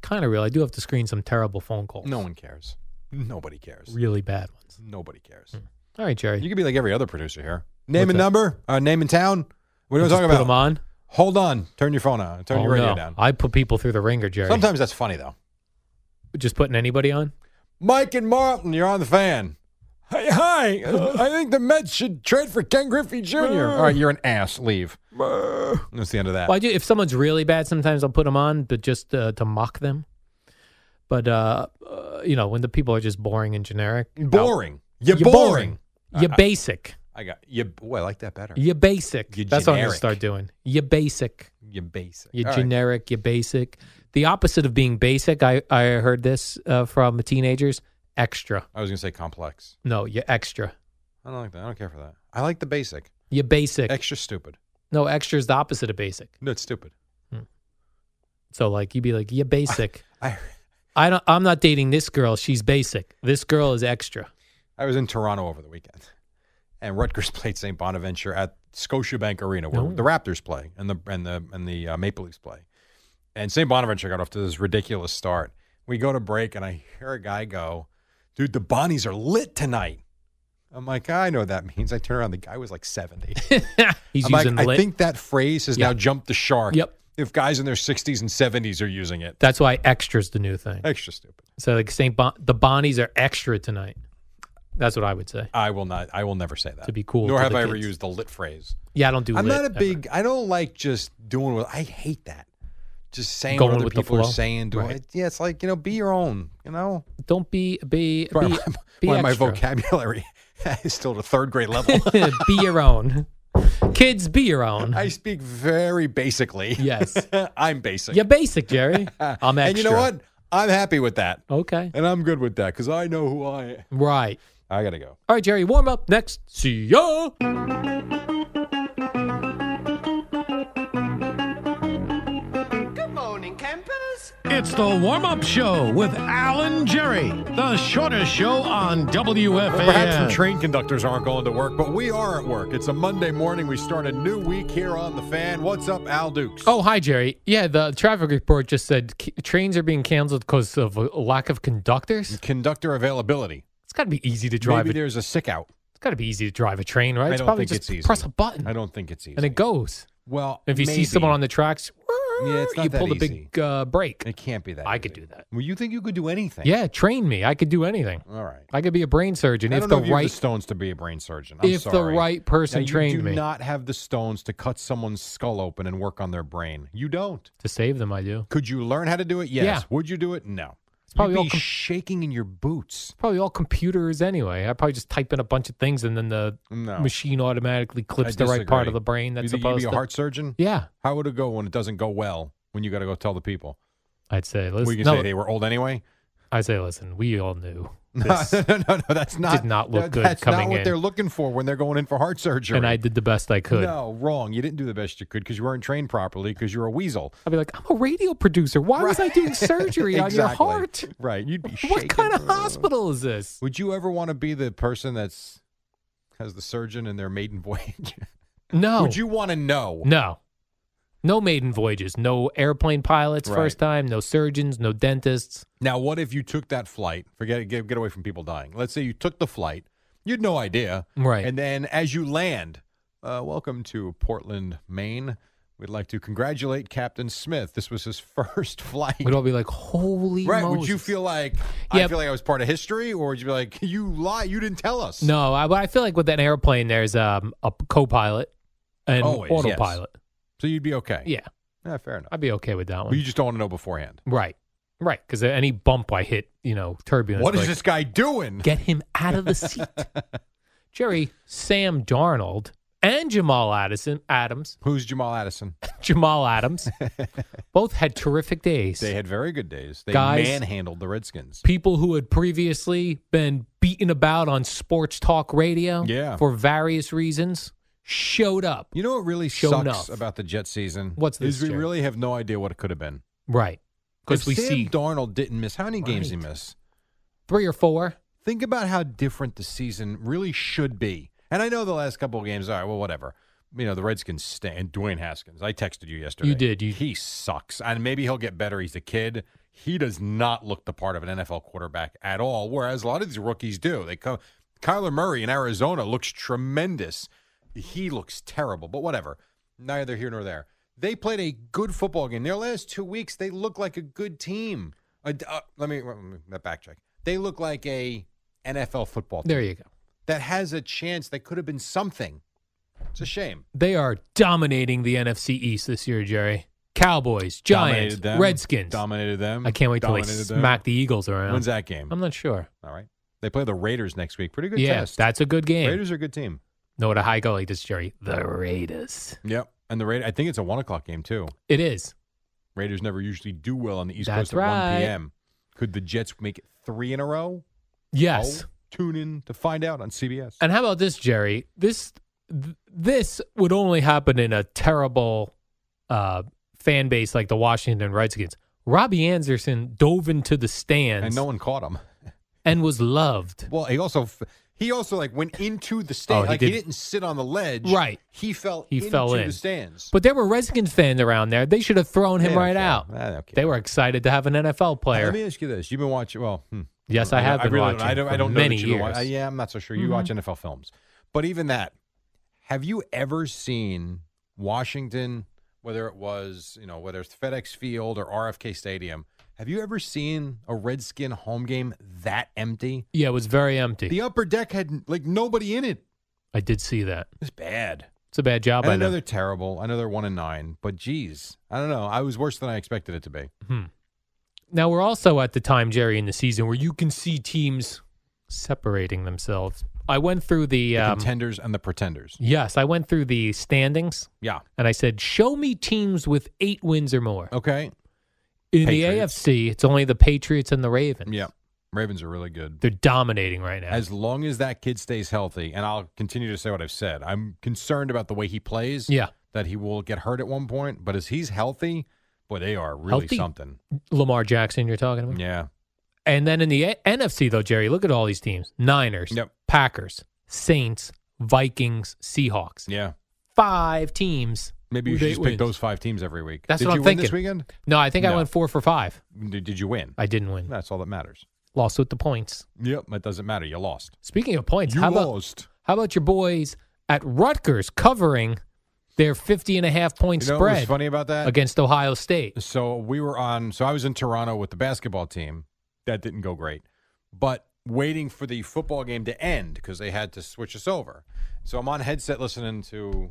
[SPEAKER 2] Kind of real. I do have to screen some terrible phone calls.
[SPEAKER 1] No one cares. Nobody cares.
[SPEAKER 2] Really bad ones.
[SPEAKER 1] Nobody cares.
[SPEAKER 2] All right, Jerry.
[SPEAKER 1] You could be like every other producer here. Name
[SPEAKER 2] Hmm. What's
[SPEAKER 1] and
[SPEAKER 2] that?
[SPEAKER 1] number, uh, name and town. What are we
[SPEAKER 2] Just
[SPEAKER 1] talking
[SPEAKER 2] put
[SPEAKER 1] about?
[SPEAKER 2] them on.
[SPEAKER 1] Hold on. Turn your phone on. Turn
[SPEAKER 2] Oh,
[SPEAKER 1] your radio
[SPEAKER 2] no.
[SPEAKER 1] down.
[SPEAKER 2] I put people through the ringer, Jerry.
[SPEAKER 1] Sometimes that's funny though.
[SPEAKER 2] Just putting anybody on.
[SPEAKER 1] Mike and Martin, you're on the fan. Hey, hi. Uh, I think the Mets should trade for Ken Griffey Jr. All right, you're an ass. Leave. That's the end of that.
[SPEAKER 2] Well, I do. If someone's really bad, sometimes I'll put them on, but just uh, to mock them. But uh, uh, you know, when the people are just boring and generic,
[SPEAKER 1] Boring. You're,
[SPEAKER 2] You're
[SPEAKER 1] boring.
[SPEAKER 2] boring. you basic,
[SPEAKER 1] I got you. Boy, I like that better.
[SPEAKER 2] you basic.
[SPEAKER 1] You're
[SPEAKER 2] That's what I'm gonna
[SPEAKER 1] generic.
[SPEAKER 2] start doing. You basic,
[SPEAKER 1] You basic.
[SPEAKER 2] you
[SPEAKER 1] All right.
[SPEAKER 2] generic, you basic. The opposite of being basic, I I heard this uh, from teenagers. Extra.
[SPEAKER 1] I was gonna say complex.
[SPEAKER 2] No, you extra.
[SPEAKER 1] I don't like that. I don't care for that. I like the basic.
[SPEAKER 2] You basic.
[SPEAKER 1] Extra stupid.
[SPEAKER 2] no, extra is the opposite of basic.
[SPEAKER 1] No, it's stupid.
[SPEAKER 2] So like you'd be like, you basic.
[SPEAKER 1] I
[SPEAKER 2] I don't. I'm not dating this girl. She's basic. This girl is extra.
[SPEAKER 1] I was in Toronto over the weekend, and Rutgers played St. Bonaventure at Scotiabank Arena, where
[SPEAKER 2] Oh.
[SPEAKER 1] the Raptors play and the and the and the uh, Maple Leafs play. And St. Bonaventure got off to this ridiculous start. We go to break, and I hear a guy go, "Dude, the Bonnies are lit tonight." I'm like, I know what that means. I turn around, the guy was like 70.
[SPEAKER 2] He's
[SPEAKER 1] I'm
[SPEAKER 2] using
[SPEAKER 1] like, I
[SPEAKER 2] lit.
[SPEAKER 1] think that phrase has now
[SPEAKER 2] Yep.
[SPEAKER 1] jumped the shark.
[SPEAKER 2] Yep.
[SPEAKER 1] If guys in their 60s and 70s are using it,
[SPEAKER 2] That's why extra's the new thing.
[SPEAKER 1] extra stupid.
[SPEAKER 2] So like St. Bon- the Bonnies are extra tonight. That's what I would say.
[SPEAKER 1] I will not. I will never say that
[SPEAKER 2] To be cool
[SPEAKER 1] Nor
[SPEAKER 2] to
[SPEAKER 1] have
[SPEAKER 2] the
[SPEAKER 1] I ever
[SPEAKER 2] kids.
[SPEAKER 1] used the lit phrase.
[SPEAKER 2] Yeah, I don't do.
[SPEAKER 1] I'm
[SPEAKER 2] lit
[SPEAKER 1] not a
[SPEAKER 2] ever.
[SPEAKER 1] big. I don't like just doing what I hate that. Just saying
[SPEAKER 2] Going
[SPEAKER 1] what other
[SPEAKER 2] with the
[SPEAKER 1] people are
[SPEAKER 2] flow.
[SPEAKER 1] saying. Doing
[SPEAKER 2] Right.
[SPEAKER 1] it. Yeah, it's like you know, be your own. You know,
[SPEAKER 2] Don't be be
[SPEAKER 1] why,
[SPEAKER 2] be,
[SPEAKER 1] my-
[SPEAKER 2] be
[SPEAKER 1] why my
[SPEAKER 2] extra.
[SPEAKER 1] vocabulary is still at a third grade level.
[SPEAKER 2] be your own. Kids, be your own.
[SPEAKER 1] I speak very basically.
[SPEAKER 2] Yes.
[SPEAKER 1] I'm basic. Uh,
[SPEAKER 2] You're basic, Jerry. I'm extra.
[SPEAKER 1] And you know what? I'm happy with that,
[SPEAKER 2] Okay.
[SPEAKER 1] and I'm good with that because I know who I am.
[SPEAKER 2] Right.
[SPEAKER 1] I gotta go.
[SPEAKER 2] All right, Jerry. Warm up next. See ya.
[SPEAKER 3] Good morning, Captain. It's the warm up show with Alan Jerry, the shortest show on
[SPEAKER 1] Perhaps
[SPEAKER 3] WFAN.
[SPEAKER 1] the train conductors aren't going to work, but we are at work. It's a Monday morning. We start a new week here on the fan. What's up, Al Dukes?
[SPEAKER 2] Oh, hi, Jerry. Yeah, the traffic report just said c- trains are being canceled because of a lack of conductors.
[SPEAKER 1] conductor availability.
[SPEAKER 2] It's got to be easy to drive.
[SPEAKER 1] Maybe
[SPEAKER 2] A,
[SPEAKER 1] there's a sick out.
[SPEAKER 2] it's got to be easy to drive a train, right?
[SPEAKER 1] I
[SPEAKER 2] it's
[SPEAKER 1] don't
[SPEAKER 2] probably
[SPEAKER 1] think
[SPEAKER 2] just
[SPEAKER 1] it's easy.
[SPEAKER 2] press a button
[SPEAKER 1] I don't think it's easy.
[SPEAKER 2] and it goes.
[SPEAKER 1] Well,
[SPEAKER 2] If you see someone on the tracks,
[SPEAKER 1] Yeah, it's not
[SPEAKER 2] you
[SPEAKER 1] that
[SPEAKER 2] pull the
[SPEAKER 1] easy.
[SPEAKER 2] big uh, brake.
[SPEAKER 1] it can't be that.
[SPEAKER 2] I could
[SPEAKER 1] easy.
[SPEAKER 2] do that.
[SPEAKER 1] Well, you think you could do anything?
[SPEAKER 2] Yeah, train me. I could do anything.
[SPEAKER 1] All right.
[SPEAKER 2] I could be a brain surgeon
[SPEAKER 1] I
[SPEAKER 2] if
[SPEAKER 1] don't
[SPEAKER 2] the
[SPEAKER 1] know if you have
[SPEAKER 2] right
[SPEAKER 1] the stones to be a brain surgeon. I'm
[SPEAKER 2] if the
[SPEAKER 1] sorry.
[SPEAKER 2] right person
[SPEAKER 1] Now,
[SPEAKER 2] trained
[SPEAKER 1] you do
[SPEAKER 2] me
[SPEAKER 1] not have the stones to cut someone's skull open and work on their brain. You don't.
[SPEAKER 2] to save them. I do.
[SPEAKER 1] Could you learn how to do it? Yes.
[SPEAKER 2] Yeah.
[SPEAKER 1] Would you do it? No. It's
[SPEAKER 2] probably
[SPEAKER 1] You'd
[SPEAKER 2] all
[SPEAKER 1] be
[SPEAKER 2] com-
[SPEAKER 1] shaking in your
[SPEAKER 2] It's
[SPEAKER 1] boots.
[SPEAKER 2] probably all computers anyway. I probably just type in a bunch of things and then the
[SPEAKER 1] No.
[SPEAKER 2] machine automatically clips
[SPEAKER 1] I
[SPEAKER 2] the right part
[SPEAKER 1] disagree.
[SPEAKER 2] of the brain that's
[SPEAKER 1] you think you'd
[SPEAKER 2] supposed
[SPEAKER 1] be a
[SPEAKER 2] to.
[SPEAKER 1] heart surgeon?
[SPEAKER 2] yeah,
[SPEAKER 1] How would it go when it doesn't go well? When you got to go tell the people?
[SPEAKER 2] I'd say.
[SPEAKER 1] Well, you
[SPEAKER 2] Listen,
[SPEAKER 1] can say
[SPEAKER 2] no,
[SPEAKER 1] they were old anyway.
[SPEAKER 2] I'd say. Listen, we all knew
[SPEAKER 1] No,
[SPEAKER 2] this,
[SPEAKER 1] no, no, no, that's not.
[SPEAKER 2] not look
[SPEAKER 1] that-
[SPEAKER 2] good
[SPEAKER 1] That's not
[SPEAKER 2] coming
[SPEAKER 1] what
[SPEAKER 2] in.
[SPEAKER 1] they're looking for when they're going in for heart surgery.
[SPEAKER 2] and I did the best I could.
[SPEAKER 1] No, wrong. You didn't do the best you could because you weren't trained properly because you're a weasel.
[SPEAKER 2] I'd be like, I'm a radio producer. Why was I doing surgery on your
[SPEAKER 1] Exactly.
[SPEAKER 2] heart?
[SPEAKER 1] Right. You'd be shaking.
[SPEAKER 2] What kind of hospital is this?
[SPEAKER 1] Would you ever want to be the person that's has the surgeon in their maiden voyage?
[SPEAKER 2] No.
[SPEAKER 1] Would you want to know?
[SPEAKER 2] No. No maiden voyages. No airplane pilots
[SPEAKER 1] Right.
[SPEAKER 2] first time. No surgeons. No dentists.
[SPEAKER 1] Now, what if you took that flight? Forget get, get away from people dying. Let's say you took the flight. You'd no idea.
[SPEAKER 2] Right.
[SPEAKER 1] And then as you land, uh, welcome to Portland, Maine. We'd like to congratulate Captain Smith. This was his first flight.
[SPEAKER 2] We'd all be like, holy
[SPEAKER 1] Right?
[SPEAKER 2] Moses.
[SPEAKER 1] Would you feel like I
[SPEAKER 2] Yeah.
[SPEAKER 1] feel like I was part of history, or would you be like you lie? You didn't tell us.
[SPEAKER 2] No, I, but I feel like with an airplane, there's um, a p- co-pilot and
[SPEAKER 1] Always, yes.
[SPEAKER 2] autopilot.
[SPEAKER 1] So you'd be okay.
[SPEAKER 2] Yeah,
[SPEAKER 1] Yeah, fair enough.
[SPEAKER 2] I'd be okay with that
[SPEAKER 1] But
[SPEAKER 2] one.
[SPEAKER 1] you just don't want to know beforehand.
[SPEAKER 2] right, right. Because any bump I hit, you know, turbulence.
[SPEAKER 1] What is
[SPEAKER 2] like,
[SPEAKER 1] this guy doing?
[SPEAKER 2] Get him out of the seat. Jerry, Sam Darnold and Jamal Addison, Adams,
[SPEAKER 1] Who's Jamal Addison?
[SPEAKER 2] Jamal Adams, both had terrific days.
[SPEAKER 1] They had very good days. They
[SPEAKER 2] Guys-
[SPEAKER 1] manhandled the Redskins.
[SPEAKER 2] people who had previously been beaten about on sports talk radio
[SPEAKER 1] Yeah.
[SPEAKER 2] for various reasons showed up.
[SPEAKER 1] You know what really
[SPEAKER 2] Show
[SPEAKER 1] sucks
[SPEAKER 2] enough.
[SPEAKER 1] about the Jet season?
[SPEAKER 2] What's
[SPEAKER 1] is
[SPEAKER 2] this,
[SPEAKER 1] we
[SPEAKER 2] Jerry?
[SPEAKER 1] really have no idea what it could have been.
[SPEAKER 2] Right. Because
[SPEAKER 1] If
[SPEAKER 2] we
[SPEAKER 1] Sam
[SPEAKER 2] see
[SPEAKER 1] Darnold didn't miss. How many games he
[SPEAKER 2] Right.
[SPEAKER 1] missed?
[SPEAKER 2] three or four.
[SPEAKER 1] Think about how different the season really should be. And I know the last couple of games. All right, well, whatever. You know the Redskins stand. Dwayne Haskins. I texted you yesterday.
[SPEAKER 2] You did, you-
[SPEAKER 1] He sucks, and maybe he'll get better. He's a kid. He does not look the part of an NFL quarterback at all. Whereas a lot of these rookies do. They come. Kyler Murray in Arizona looks tremendous. He looks terrible, but whatever. Neither here nor there. They played a good football game. Their last two weeks, they look like a good team. A- uh, let me let me backtrack. They look like a NFL football team
[SPEAKER 2] There you go.
[SPEAKER 1] that has a chance. That could have been something. It's a shame.
[SPEAKER 2] They are dominating the NFC East this year, Jerry. Cowboys, Giants,
[SPEAKER 1] Dominated them.
[SPEAKER 2] Redskins.
[SPEAKER 1] dominated them.
[SPEAKER 2] I can't wait till they
[SPEAKER 1] Dominated them.
[SPEAKER 2] smack the Eagles around.
[SPEAKER 1] When's that game?
[SPEAKER 2] I'm not sure.
[SPEAKER 1] All right. They play the Raiders next week. Pretty good
[SPEAKER 2] yeah,
[SPEAKER 1] test.
[SPEAKER 2] that's a good game.
[SPEAKER 1] Raiders are a good team.
[SPEAKER 2] No, what a high go like this, Jerry. The Raiders.
[SPEAKER 1] Yep. And the Raiders, I think it's a one o'clock game too.
[SPEAKER 2] It is.
[SPEAKER 1] Raiders never usually do well on the East
[SPEAKER 2] That's
[SPEAKER 1] Coast at
[SPEAKER 2] right.
[SPEAKER 1] one p.m. Could the Jets make it three in a row?
[SPEAKER 2] Yes.
[SPEAKER 1] Oh, tune in to find out on CBS.
[SPEAKER 2] And how about this, Jerry? This th- this would only happen in a terrible uh, fan base like the Washington Redskins. Robbie Anderson dove into the stands
[SPEAKER 1] And no one caught him.
[SPEAKER 2] and was loved.
[SPEAKER 1] Well, he also f- he also like went into the
[SPEAKER 2] Oh,
[SPEAKER 1] stand.
[SPEAKER 2] he
[SPEAKER 1] like he
[SPEAKER 2] did-
[SPEAKER 1] didn't sit on the ledge.
[SPEAKER 2] Right.
[SPEAKER 1] He fell.
[SPEAKER 2] He
[SPEAKER 1] into
[SPEAKER 2] fell in.
[SPEAKER 1] the stands.
[SPEAKER 2] But there were Redskins fans around there. They should have thrown him
[SPEAKER 1] They don't
[SPEAKER 2] right
[SPEAKER 1] care.
[SPEAKER 2] out.
[SPEAKER 1] I don't care.
[SPEAKER 2] They were excited to have an NFL
[SPEAKER 1] Now,
[SPEAKER 2] player.
[SPEAKER 1] Let me ask you this: You've been watching. Well, hmm.
[SPEAKER 2] yes, I have been
[SPEAKER 1] really
[SPEAKER 2] watching.
[SPEAKER 1] Don't, I don't.
[SPEAKER 2] for
[SPEAKER 1] I don't know
[SPEAKER 2] many
[SPEAKER 1] that you've been
[SPEAKER 2] years. Mm-hmm.
[SPEAKER 1] wa- uh, yeah, I'm not so sure. You watch NFL films, but even that. Have you ever seen Washington? Whether it was you know whether it's FedEx Field or RFK Stadium, have you ever seen a Redskin home game that empty?
[SPEAKER 2] Yeah, it was very empty.
[SPEAKER 1] The upper deck had like nobody in it.
[SPEAKER 2] I did see that.
[SPEAKER 1] It's bad.
[SPEAKER 2] It's a bad job.
[SPEAKER 1] And
[SPEAKER 2] I
[SPEAKER 1] I know
[SPEAKER 2] know.
[SPEAKER 1] they're terrible. I know they're one and nine, but geez, I don't know. I was worse than I expected it to be.
[SPEAKER 2] Now we're also at the time, Jerry, in the season where you can see teams separating themselves. I went through the,
[SPEAKER 1] The
[SPEAKER 2] um,
[SPEAKER 1] contenders and the pretenders.
[SPEAKER 2] Yes, I went through the standings
[SPEAKER 1] Yeah.
[SPEAKER 2] and I said, show me teams with eight wins or more.
[SPEAKER 1] Okay.
[SPEAKER 2] In
[SPEAKER 1] Oh, Patriots.
[SPEAKER 2] the AFC, it's only the Patriots and the Ravens.
[SPEAKER 1] Yeah. Ravens are really good.
[SPEAKER 2] They're dominating right now.
[SPEAKER 1] As long as that kid stays healthy, and I'll continue to say what I've said, I'm concerned about the way he plays.
[SPEAKER 2] yeah.
[SPEAKER 1] That he will get hurt at one point, but as he's healthy, Boy, they are really
[SPEAKER 2] Healthy.
[SPEAKER 1] something.
[SPEAKER 2] Lamar Jackson, you're talking about.
[SPEAKER 1] Yeah.
[SPEAKER 2] And then in the A- NFC, though, Jerry, look at all these teams Niners,
[SPEAKER 1] Yep.
[SPEAKER 2] Packers, Saints, Vikings, Seahawks.
[SPEAKER 1] Yeah.
[SPEAKER 2] Five teams.
[SPEAKER 1] Maybe you
[SPEAKER 2] with
[SPEAKER 1] should
[SPEAKER 2] eight
[SPEAKER 1] just pick
[SPEAKER 2] wins.
[SPEAKER 1] those five teams every week.
[SPEAKER 2] That's
[SPEAKER 1] Did
[SPEAKER 2] what
[SPEAKER 1] you
[SPEAKER 2] I'm
[SPEAKER 1] win this
[SPEAKER 2] thinking.
[SPEAKER 1] weekend?
[SPEAKER 2] No, I think I
[SPEAKER 1] No.
[SPEAKER 2] went four for five.
[SPEAKER 1] Did, did you win?
[SPEAKER 2] I didn't win.
[SPEAKER 1] That's all that matters.
[SPEAKER 2] Lost with the points.
[SPEAKER 1] Yep. It doesn't matter. You lost.
[SPEAKER 2] Speaking of points,
[SPEAKER 1] You
[SPEAKER 2] how about
[SPEAKER 1] lost.
[SPEAKER 2] how about your boys at Rutgers covering their 50 and a half point
[SPEAKER 1] you know what's
[SPEAKER 2] spread
[SPEAKER 1] funny about that?
[SPEAKER 2] against Ohio State?
[SPEAKER 1] So we were on. So I was in Toronto with the basketball team. That didn't go great, but waiting for the football game to end because they had to switch us over. So I'm on headset listening to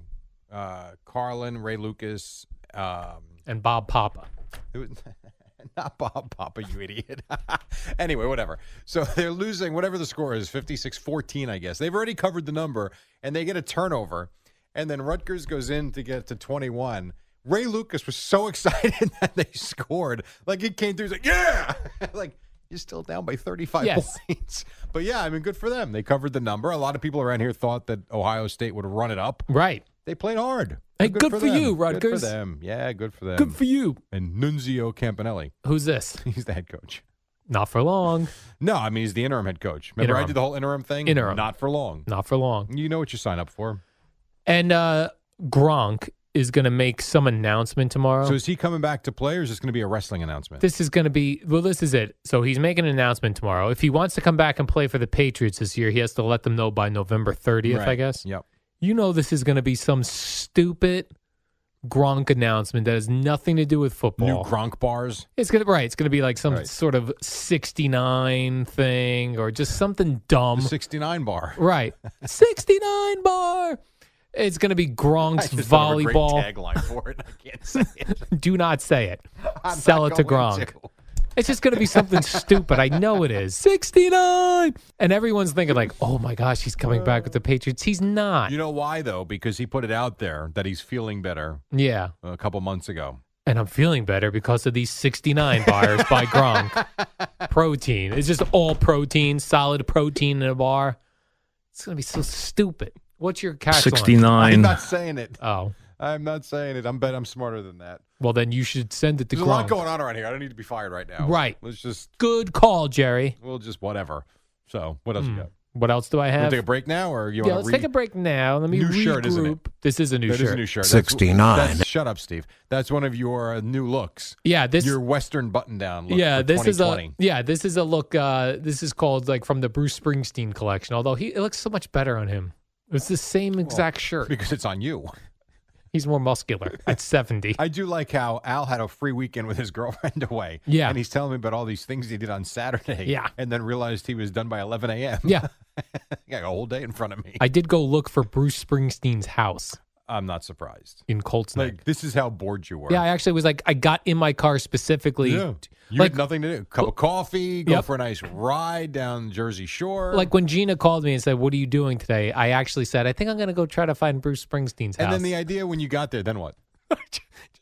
[SPEAKER 1] uh, Carlin, Ray Lucas. Um,
[SPEAKER 2] And Bob Papa.
[SPEAKER 1] it was not Bob Papa, you idiot. anyway, whatever. So they're losing whatever the score is, 56-14, I guess. They've already covered the number and they get a turnover. And then Rutgers goes in to get to 21. Ray Lucas was so excited that they scored. Like it came through, he's like, yeah. like you're still down by 35
[SPEAKER 2] Yes.
[SPEAKER 1] points. But yeah, I mean, good for them. They covered the number. A lot of people around here thought that Ohio State would run it up.
[SPEAKER 2] Right.
[SPEAKER 1] They played hard.
[SPEAKER 2] Hey, good for
[SPEAKER 1] them.
[SPEAKER 2] you,
[SPEAKER 1] Good
[SPEAKER 2] Rutgers.
[SPEAKER 1] for them. Yeah, good for them.
[SPEAKER 2] Good for you.
[SPEAKER 1] and Nunzio Campanelli.
[SPEAKER 2] Who's this?
[SPEAKER 1] He's the head coach.
[SPEAKER 2] Not for long.
[SPEAKER 1] No, I mean he's the interim head coach. Remember, I
[SPEAKER 2] Interim.
[SPEAKER 1] did the whole interim thing.
[SPEAKER 2] Interim.
[SPEAKER 1] not for long.
[SPEAKER 2] Not for long.
[SPEAKER 1] You know what you sign up for.
[SPEAKER 2] And uh, Gronk is going to make some announcement tomorrow.
[SPEAKER 1] So is he coming back to play, or is this going to be a wrestling announcement?
[SPEAKER 2] This is going to be well. This is it. So he's making an announcement tomorrow. If he wants to come back and play for the Patriots this year, he has to let them know by November 30th, I
[SPEAKER 1] Right.
[SPEAKER 2] guess.
[SPEAKER 1] Yep.
[SPEAKER 2] You know, this is going to be some stupid Gronk announcement that has nothing to do with
[SPEAKER 1] New
[SPEAKER 2] football.
[SPEAKER 1] Gronk bars.
[SPEAKER 2] it's gonna right. It's gonna be like some
[SPEAKER 1] Right.
[SPEAKER 2] sort of 69 thing or just something dumb.
[SPEAKER 1] The 69 bar.
[SPEAKER 2] right, 69 bar. It's gonna be Gronk's volleyball.
[SPEAKER 1] tagline for it. I can't say it.
[SPEAKER 2] Do not say it. Sell it to Gronk. It's just going to be something stupid. I know it is. 69. And everyone's thinking, like, oh my gosh, he's coming back with the Patriots. He's not.
[SPEAKER 1] You know why though? Because he put it out there that he's feeling better
[SPEAKER 2] yeah.
[SPEAKER 1] a couple months ago.
[SPEAKER 2] And I'm feeling better because of these 69 bars by Gronk. Protein. It's just all protein, solid protein in a bar. It's going to be so stupid. What's your catch line?
[SPEAKER 1] I'm
[SPEAKER 4] 69.
[SPEAKER 1] not saying it.
[SPEAKER 2] Oh,
[SPEAKER 1] I'm not saying it. I'm bet I'm smarter than that.
[SPEAKER 2] well, then you should send it to
[SPEAKER 1] There's a lot
[SPEAKER 2] Gronk.
[SPEAKER 1] going on around here. I don't need to be fired right now.
[SPEAKER 2] Right.
[SPEAKER 1] Let's just
[SPEAKER 2] Good call, Jerry.
[SPEAKER 1] we'll just whatever. So what else you got?
[SPEAKER 2] What else do I
[SPEAKER 1] We'll
[SPEAKER 2] have?
[SPEAKER 1] take a break now, or you
[SPEAKER 2] Hmm. yeah,
[SPEAKER 1] want
[SPEAKER 2] let's
[SPEAKER 1] to
[SPEAKER 2] take a break now. Let me
[SPEAKER 1] New
[SPEAKER 2] regroup.
[SPEAKER 1] shirt, isn't it?
[SPEAKER 2] This is a new
[SPEAKER 1] That
[SPEAKER 2] shirt.
[SPEAKER 1] is a new shirt. That's-
[SPEAKER 5] 69.
[SPEAKER 1] that's- Shut up, Steve. That's one of your uh, new looks.
[SPEAKER 2] Yeah, this
[SPEAKER 1] your Western button-down look.
[SPEAKER 2] yeah
[SPEAKER 1] for
[SPEAKER 2] this is a
[SPEAKER 1] 2020.
[SPEAKER 2] yeah this is a look uh this is called like from the bruce springsteen collection although he it looks so much better on him it's the same exact shirt
[SPEAKER 1] because it's on you.
[SPEAKER 2] he's more muscular at 70
[SPEAKER 1] I do like how Al had a free weekend with his girlfriend away.
[SPEAKER 2] Yeah.
[SPEAKER 1] and he's telling me about all these things he did on Saturday.
[SPEAKER 2] Yeah.
[SPEAKER 1] and then realized he was done by 11 a.m.
[SPEAKER 2] yeah
[SPEAKER 1] got a whole day in front of me.
[SPEAKER 2] i did go look for bruce springsteen's house
[SPEAKER 1] I'm not surprised.
[SPEAKER 2] in colts Neck.
[SPEAKER 1] Like this is how bored you were.
[SPEAKER 2] yeah i actually was like i got in my car specifically
[SPEAKER 1] Yeah. You
[SPEAKER 2] like
[SPEAKER 1] had nothing to do. Cup of coffee, go
[SPEAKER 2] Yep.
[SPEAKER 1] for a nice ride down Jersey Shore.
[SPEAKER 2] like when Gina called me and said, "What are you doing today?" I actually said, "I think I'm going to go try to find Bruce Springsteen's house."
[SPEAKER 1] and then the idea when you got there, then what?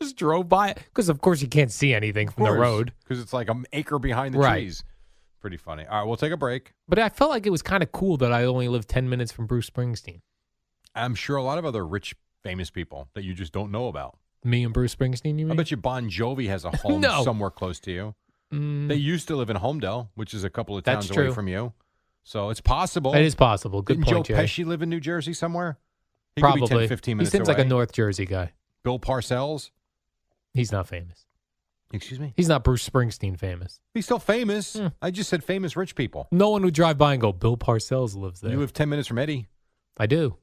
[SPEAKER 2] just drove by because, of course, you can't see anything from the road.
[SPEAKER 1] because it's like an acre behind the
[SPEAKER 2] Right.
[SPEAKER 1] trees. Pretty funny. All right, we'll take a break.
[SPEAKER 2] But I felt like it was kind of cool that I only lived ten minutes from Bruce Springsteen.
[SPEAKER 1] I'm sure a lot of other rich, famous people that you just don't know about.
[SPEAKER 2] Me and Bruce Springsteen, you mean?
[SPEAKER 1] I bet you Bon Jovi has a home
[SPEAKER 2] No.
[SPEAKER 1] somewhere close to you.
[SPEAKER 2] Mm,
[SPEAKER 1] They used to live in Homedale, which is a couple of
[SPEAKER 2] That's
[SPEAKER 1] towns away
[SPEAKER 2] true.
[SPEAKER 1] from you. So it's possible.
[SPEAKER 2] that is possible. Good
[SPEAKER 1] Didn't
[SPEAKER 2] point,
[SPEAKER 1] Joe
[SPEAKER 2] Jerry.
[SPEAKER 1] Pesci live in New Jersey somewhere? He
[SPEAKER 2] Probably.
[SPEAKER 1] Could be 10, 15 minutes
[SPEAKER 2] he seems like
[SPEAKER 1] away.
[SPEAKER 2] a North Jersey guy.
[SPEAKER 1] Bill Parcells.
[SPEAKER 2] He's not famous.
[SPEAKER 1] Excuse me.
[SPEAKER 2] He's not Bruce Springsteen famous.
[SPEAKER 1] He's still famous.
[SPEAKER 2] Hmm.
[SPEAKER 1] I just said famous rich people.
[SPEAKER 2] No one would drive by and go, Bill Parcells lives there.
[SPEAKER 1] You live 10 minutes from Eddie.
[SPEAKER 2] I do,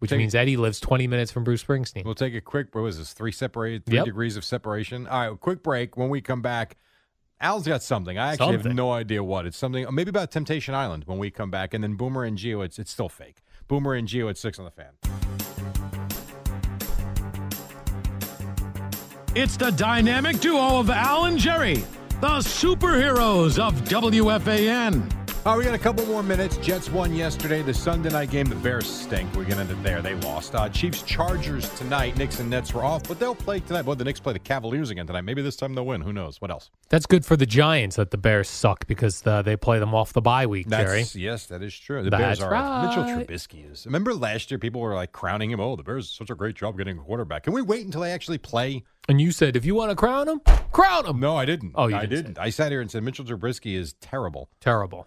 [SPEAKER 2] which
[SPEAKER 1] Take-
[SPEAKER 2] means Eddie lives 20 minutes from Bruce Springsteen.
[SPEAKER 1] We'll take a quick. What was this? Three separated, three
[SPEAKER 2] Yep.
[SPEAKER 1] degrees of separation. All right, quick break. When we come back, Al's got something. I actually have
[SPEAKER 2] Something.
[SPEAKER 1] no idea what. It's something maybe about Temptation Island. When we come back, and then Boomer and Geo. It's it's still fake. Boomer and Geo at six on the fan.
[SPEAKER 3] It's the dynamic duo of Al and Jerry, the superheroes of WFAN.
[SPEAKER 1] All right, we got a couple more minutes. Jets won yesterday. The Sunday night game, the Bears stink. We're going to end it there. They lost. Uh, Chiefs, Chargers tonight. Knicks and Nets were off, but they'll play tonight. Well, the Knicks play the Cavaliers again tonight. Maybe this time they'll win. Who knows? What else?
[SPEAKER 2] That's good for the Giants that the Bears suck because uh, they play them off the bye week, Jerry.
[SPEAKER 1] That's, yes, that is true. The
[SPEAKER 2] That's
[SPEAKER 1] Bears are. Mitchell
[SPEAKER 2] right.
[SPEAKER 1] Trubisky is. Remember last year, people were like crowning him. Oh, the Bears did such a great job getting a quarterback. Can we wait until they actually play?
[SPEAKER 2] And you said if you want to crown them, crown them.
[SPEAKER 1] No, I didn't.
[SPEAKER 2] Oh, you
[SPEAKER 1] I
[SPEAKER 2] didn't say
[SPEAKER 1] I sat here and said Mitchell Trubisky is terrible.
[SPEAKER 2] Terrible.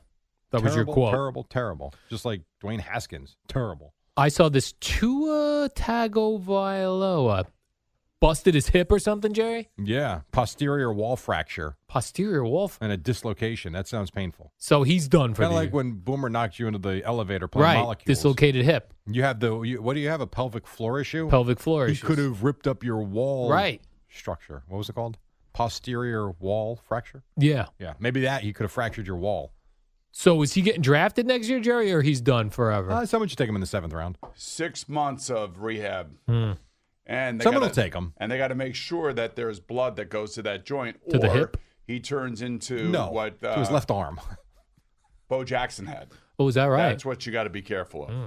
[SPEAKER 2] That was your
[SPEAKER 1] Terrible,
[SPEAKER 2] quote.
[SPEAKER 1] Terrible, terrible. Just like Dwayne Haskins. Terrible.
[SPEAKER 2] I saw this Tua Tagovailoa busted his hip or something, Jerry.
[SPEAKER 1] Yeah, posterior wall fracture
[SPEAKER 2] Posterior wolf.
[SPEAKER 1] and a dislocation. That sounds painful.
[SPEAKER 2] So he's done for
[SPEAKER 1] Kind
[SPEAKER 2] the
[SPEAKER 1] of like
[SPEAKER 2] year.
[SPEAKER 1] when Boomer knocked you into the elevator playing
[SPEAKER 2] right
[SPEAKER 1] molecules.
[SPEAKER 2] dislocated hip,
[SPEAKER 1] You have the you, what do you have? A pelvic floor issue?
[SPEAKER 2] pelvic floor
[SPEAKER 1] He
[SPEAKER 2] issues.
[SPEAKER 1] could have ripped up your wall
[SPEAKER 2] Right.
[SPEAKER 1] structure. What was it called? Posterior wall fracture.
[SPEAKER 2] Yeah.
[SPEAKER 1] Yeah, maybe that he could have fractured your wall.
[SPEAKER 2] So is he getting drafted next year, Jerry, or he's done forever?
[SPEAKER 1] Uh, someone should take him in the seventh round.
[SPEAKER 6] six months of rehab. And they
[SPEAKER 1] Hmm. Someone
[SPEAKER 6] gotta-
[SPEAKER 1] will take him.
[SPEAKER 6] And they got to make sure that there's blood that goes to that joint,
[SPEAKER 2] To
[SPEAKER 6] or
[SPEAKER 2] the hip?
[SPEAKER 6] he turns into
[SPEAKER 1] No,
[SPEAKER 6] what
[SPEAKER 1] to his
[SPEAKER 6] uh,
[SPEAKER 1] left arm.
[SPEAKER 6] Bo Jackson had.
[SPEAKER 2] oh, is that right?
[SPEAKER 6] That's what you got to be careful of.
[SPEAKER 1] Hmm.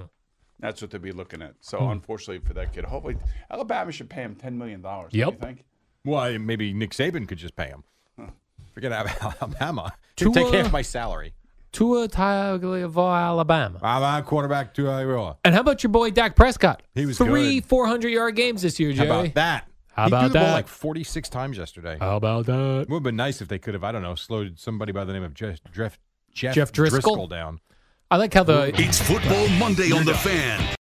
[SPEAKER 6] That's what they'll be looking at. So unfortunately for that kid, hopefully Alabama should pay him ten million dollars.
[SPEAKER 2] Yep.
[SPEAKER 6] You think?
[SPEAKER 1] Well, maybe Nick Saban could just pay him. Forget about Alabama.
[SPEAKER 2] Tua-
[SPEAKER 1] Take half my salary.
[SPEAKER 2] Tua Tagovailoa, Alabama.
[SPEAKER 1] I'm a quarterback to uh, Iowa.
[SPEAKER 2] And how about your boy Dak Prescott?
[SPEAKER 1] He was
[SPEAKER 2] three
[SPEAKER 1] good.
[SPEAKER 2] 400 yard games this year,
[SPEAKER 1] How
[SPEAKER 2] Jerry.
[SPEAKER 1] about that?
[SPEAKER 2] How
[SPEAKER 1] he
[SPEAKER 2] about
[SPEAKER 1] threw the
[SPEAKER 2] that? Uh,
[SPEAKER 1] Ball like 46 times yesterday.
[SPEAKER 2] How about that?
[SPEAKER 1] it would have been nice if they could have, I don't know, slowed somebody by the name of Jeff, Jeff, Jeff,
[SPEAKER 2] Jeff Driscoll?
[SPEAKER 1] down.
[SPEAKER 2] I like how the
[SPEAKER 7] It's Football Monday on The Fan.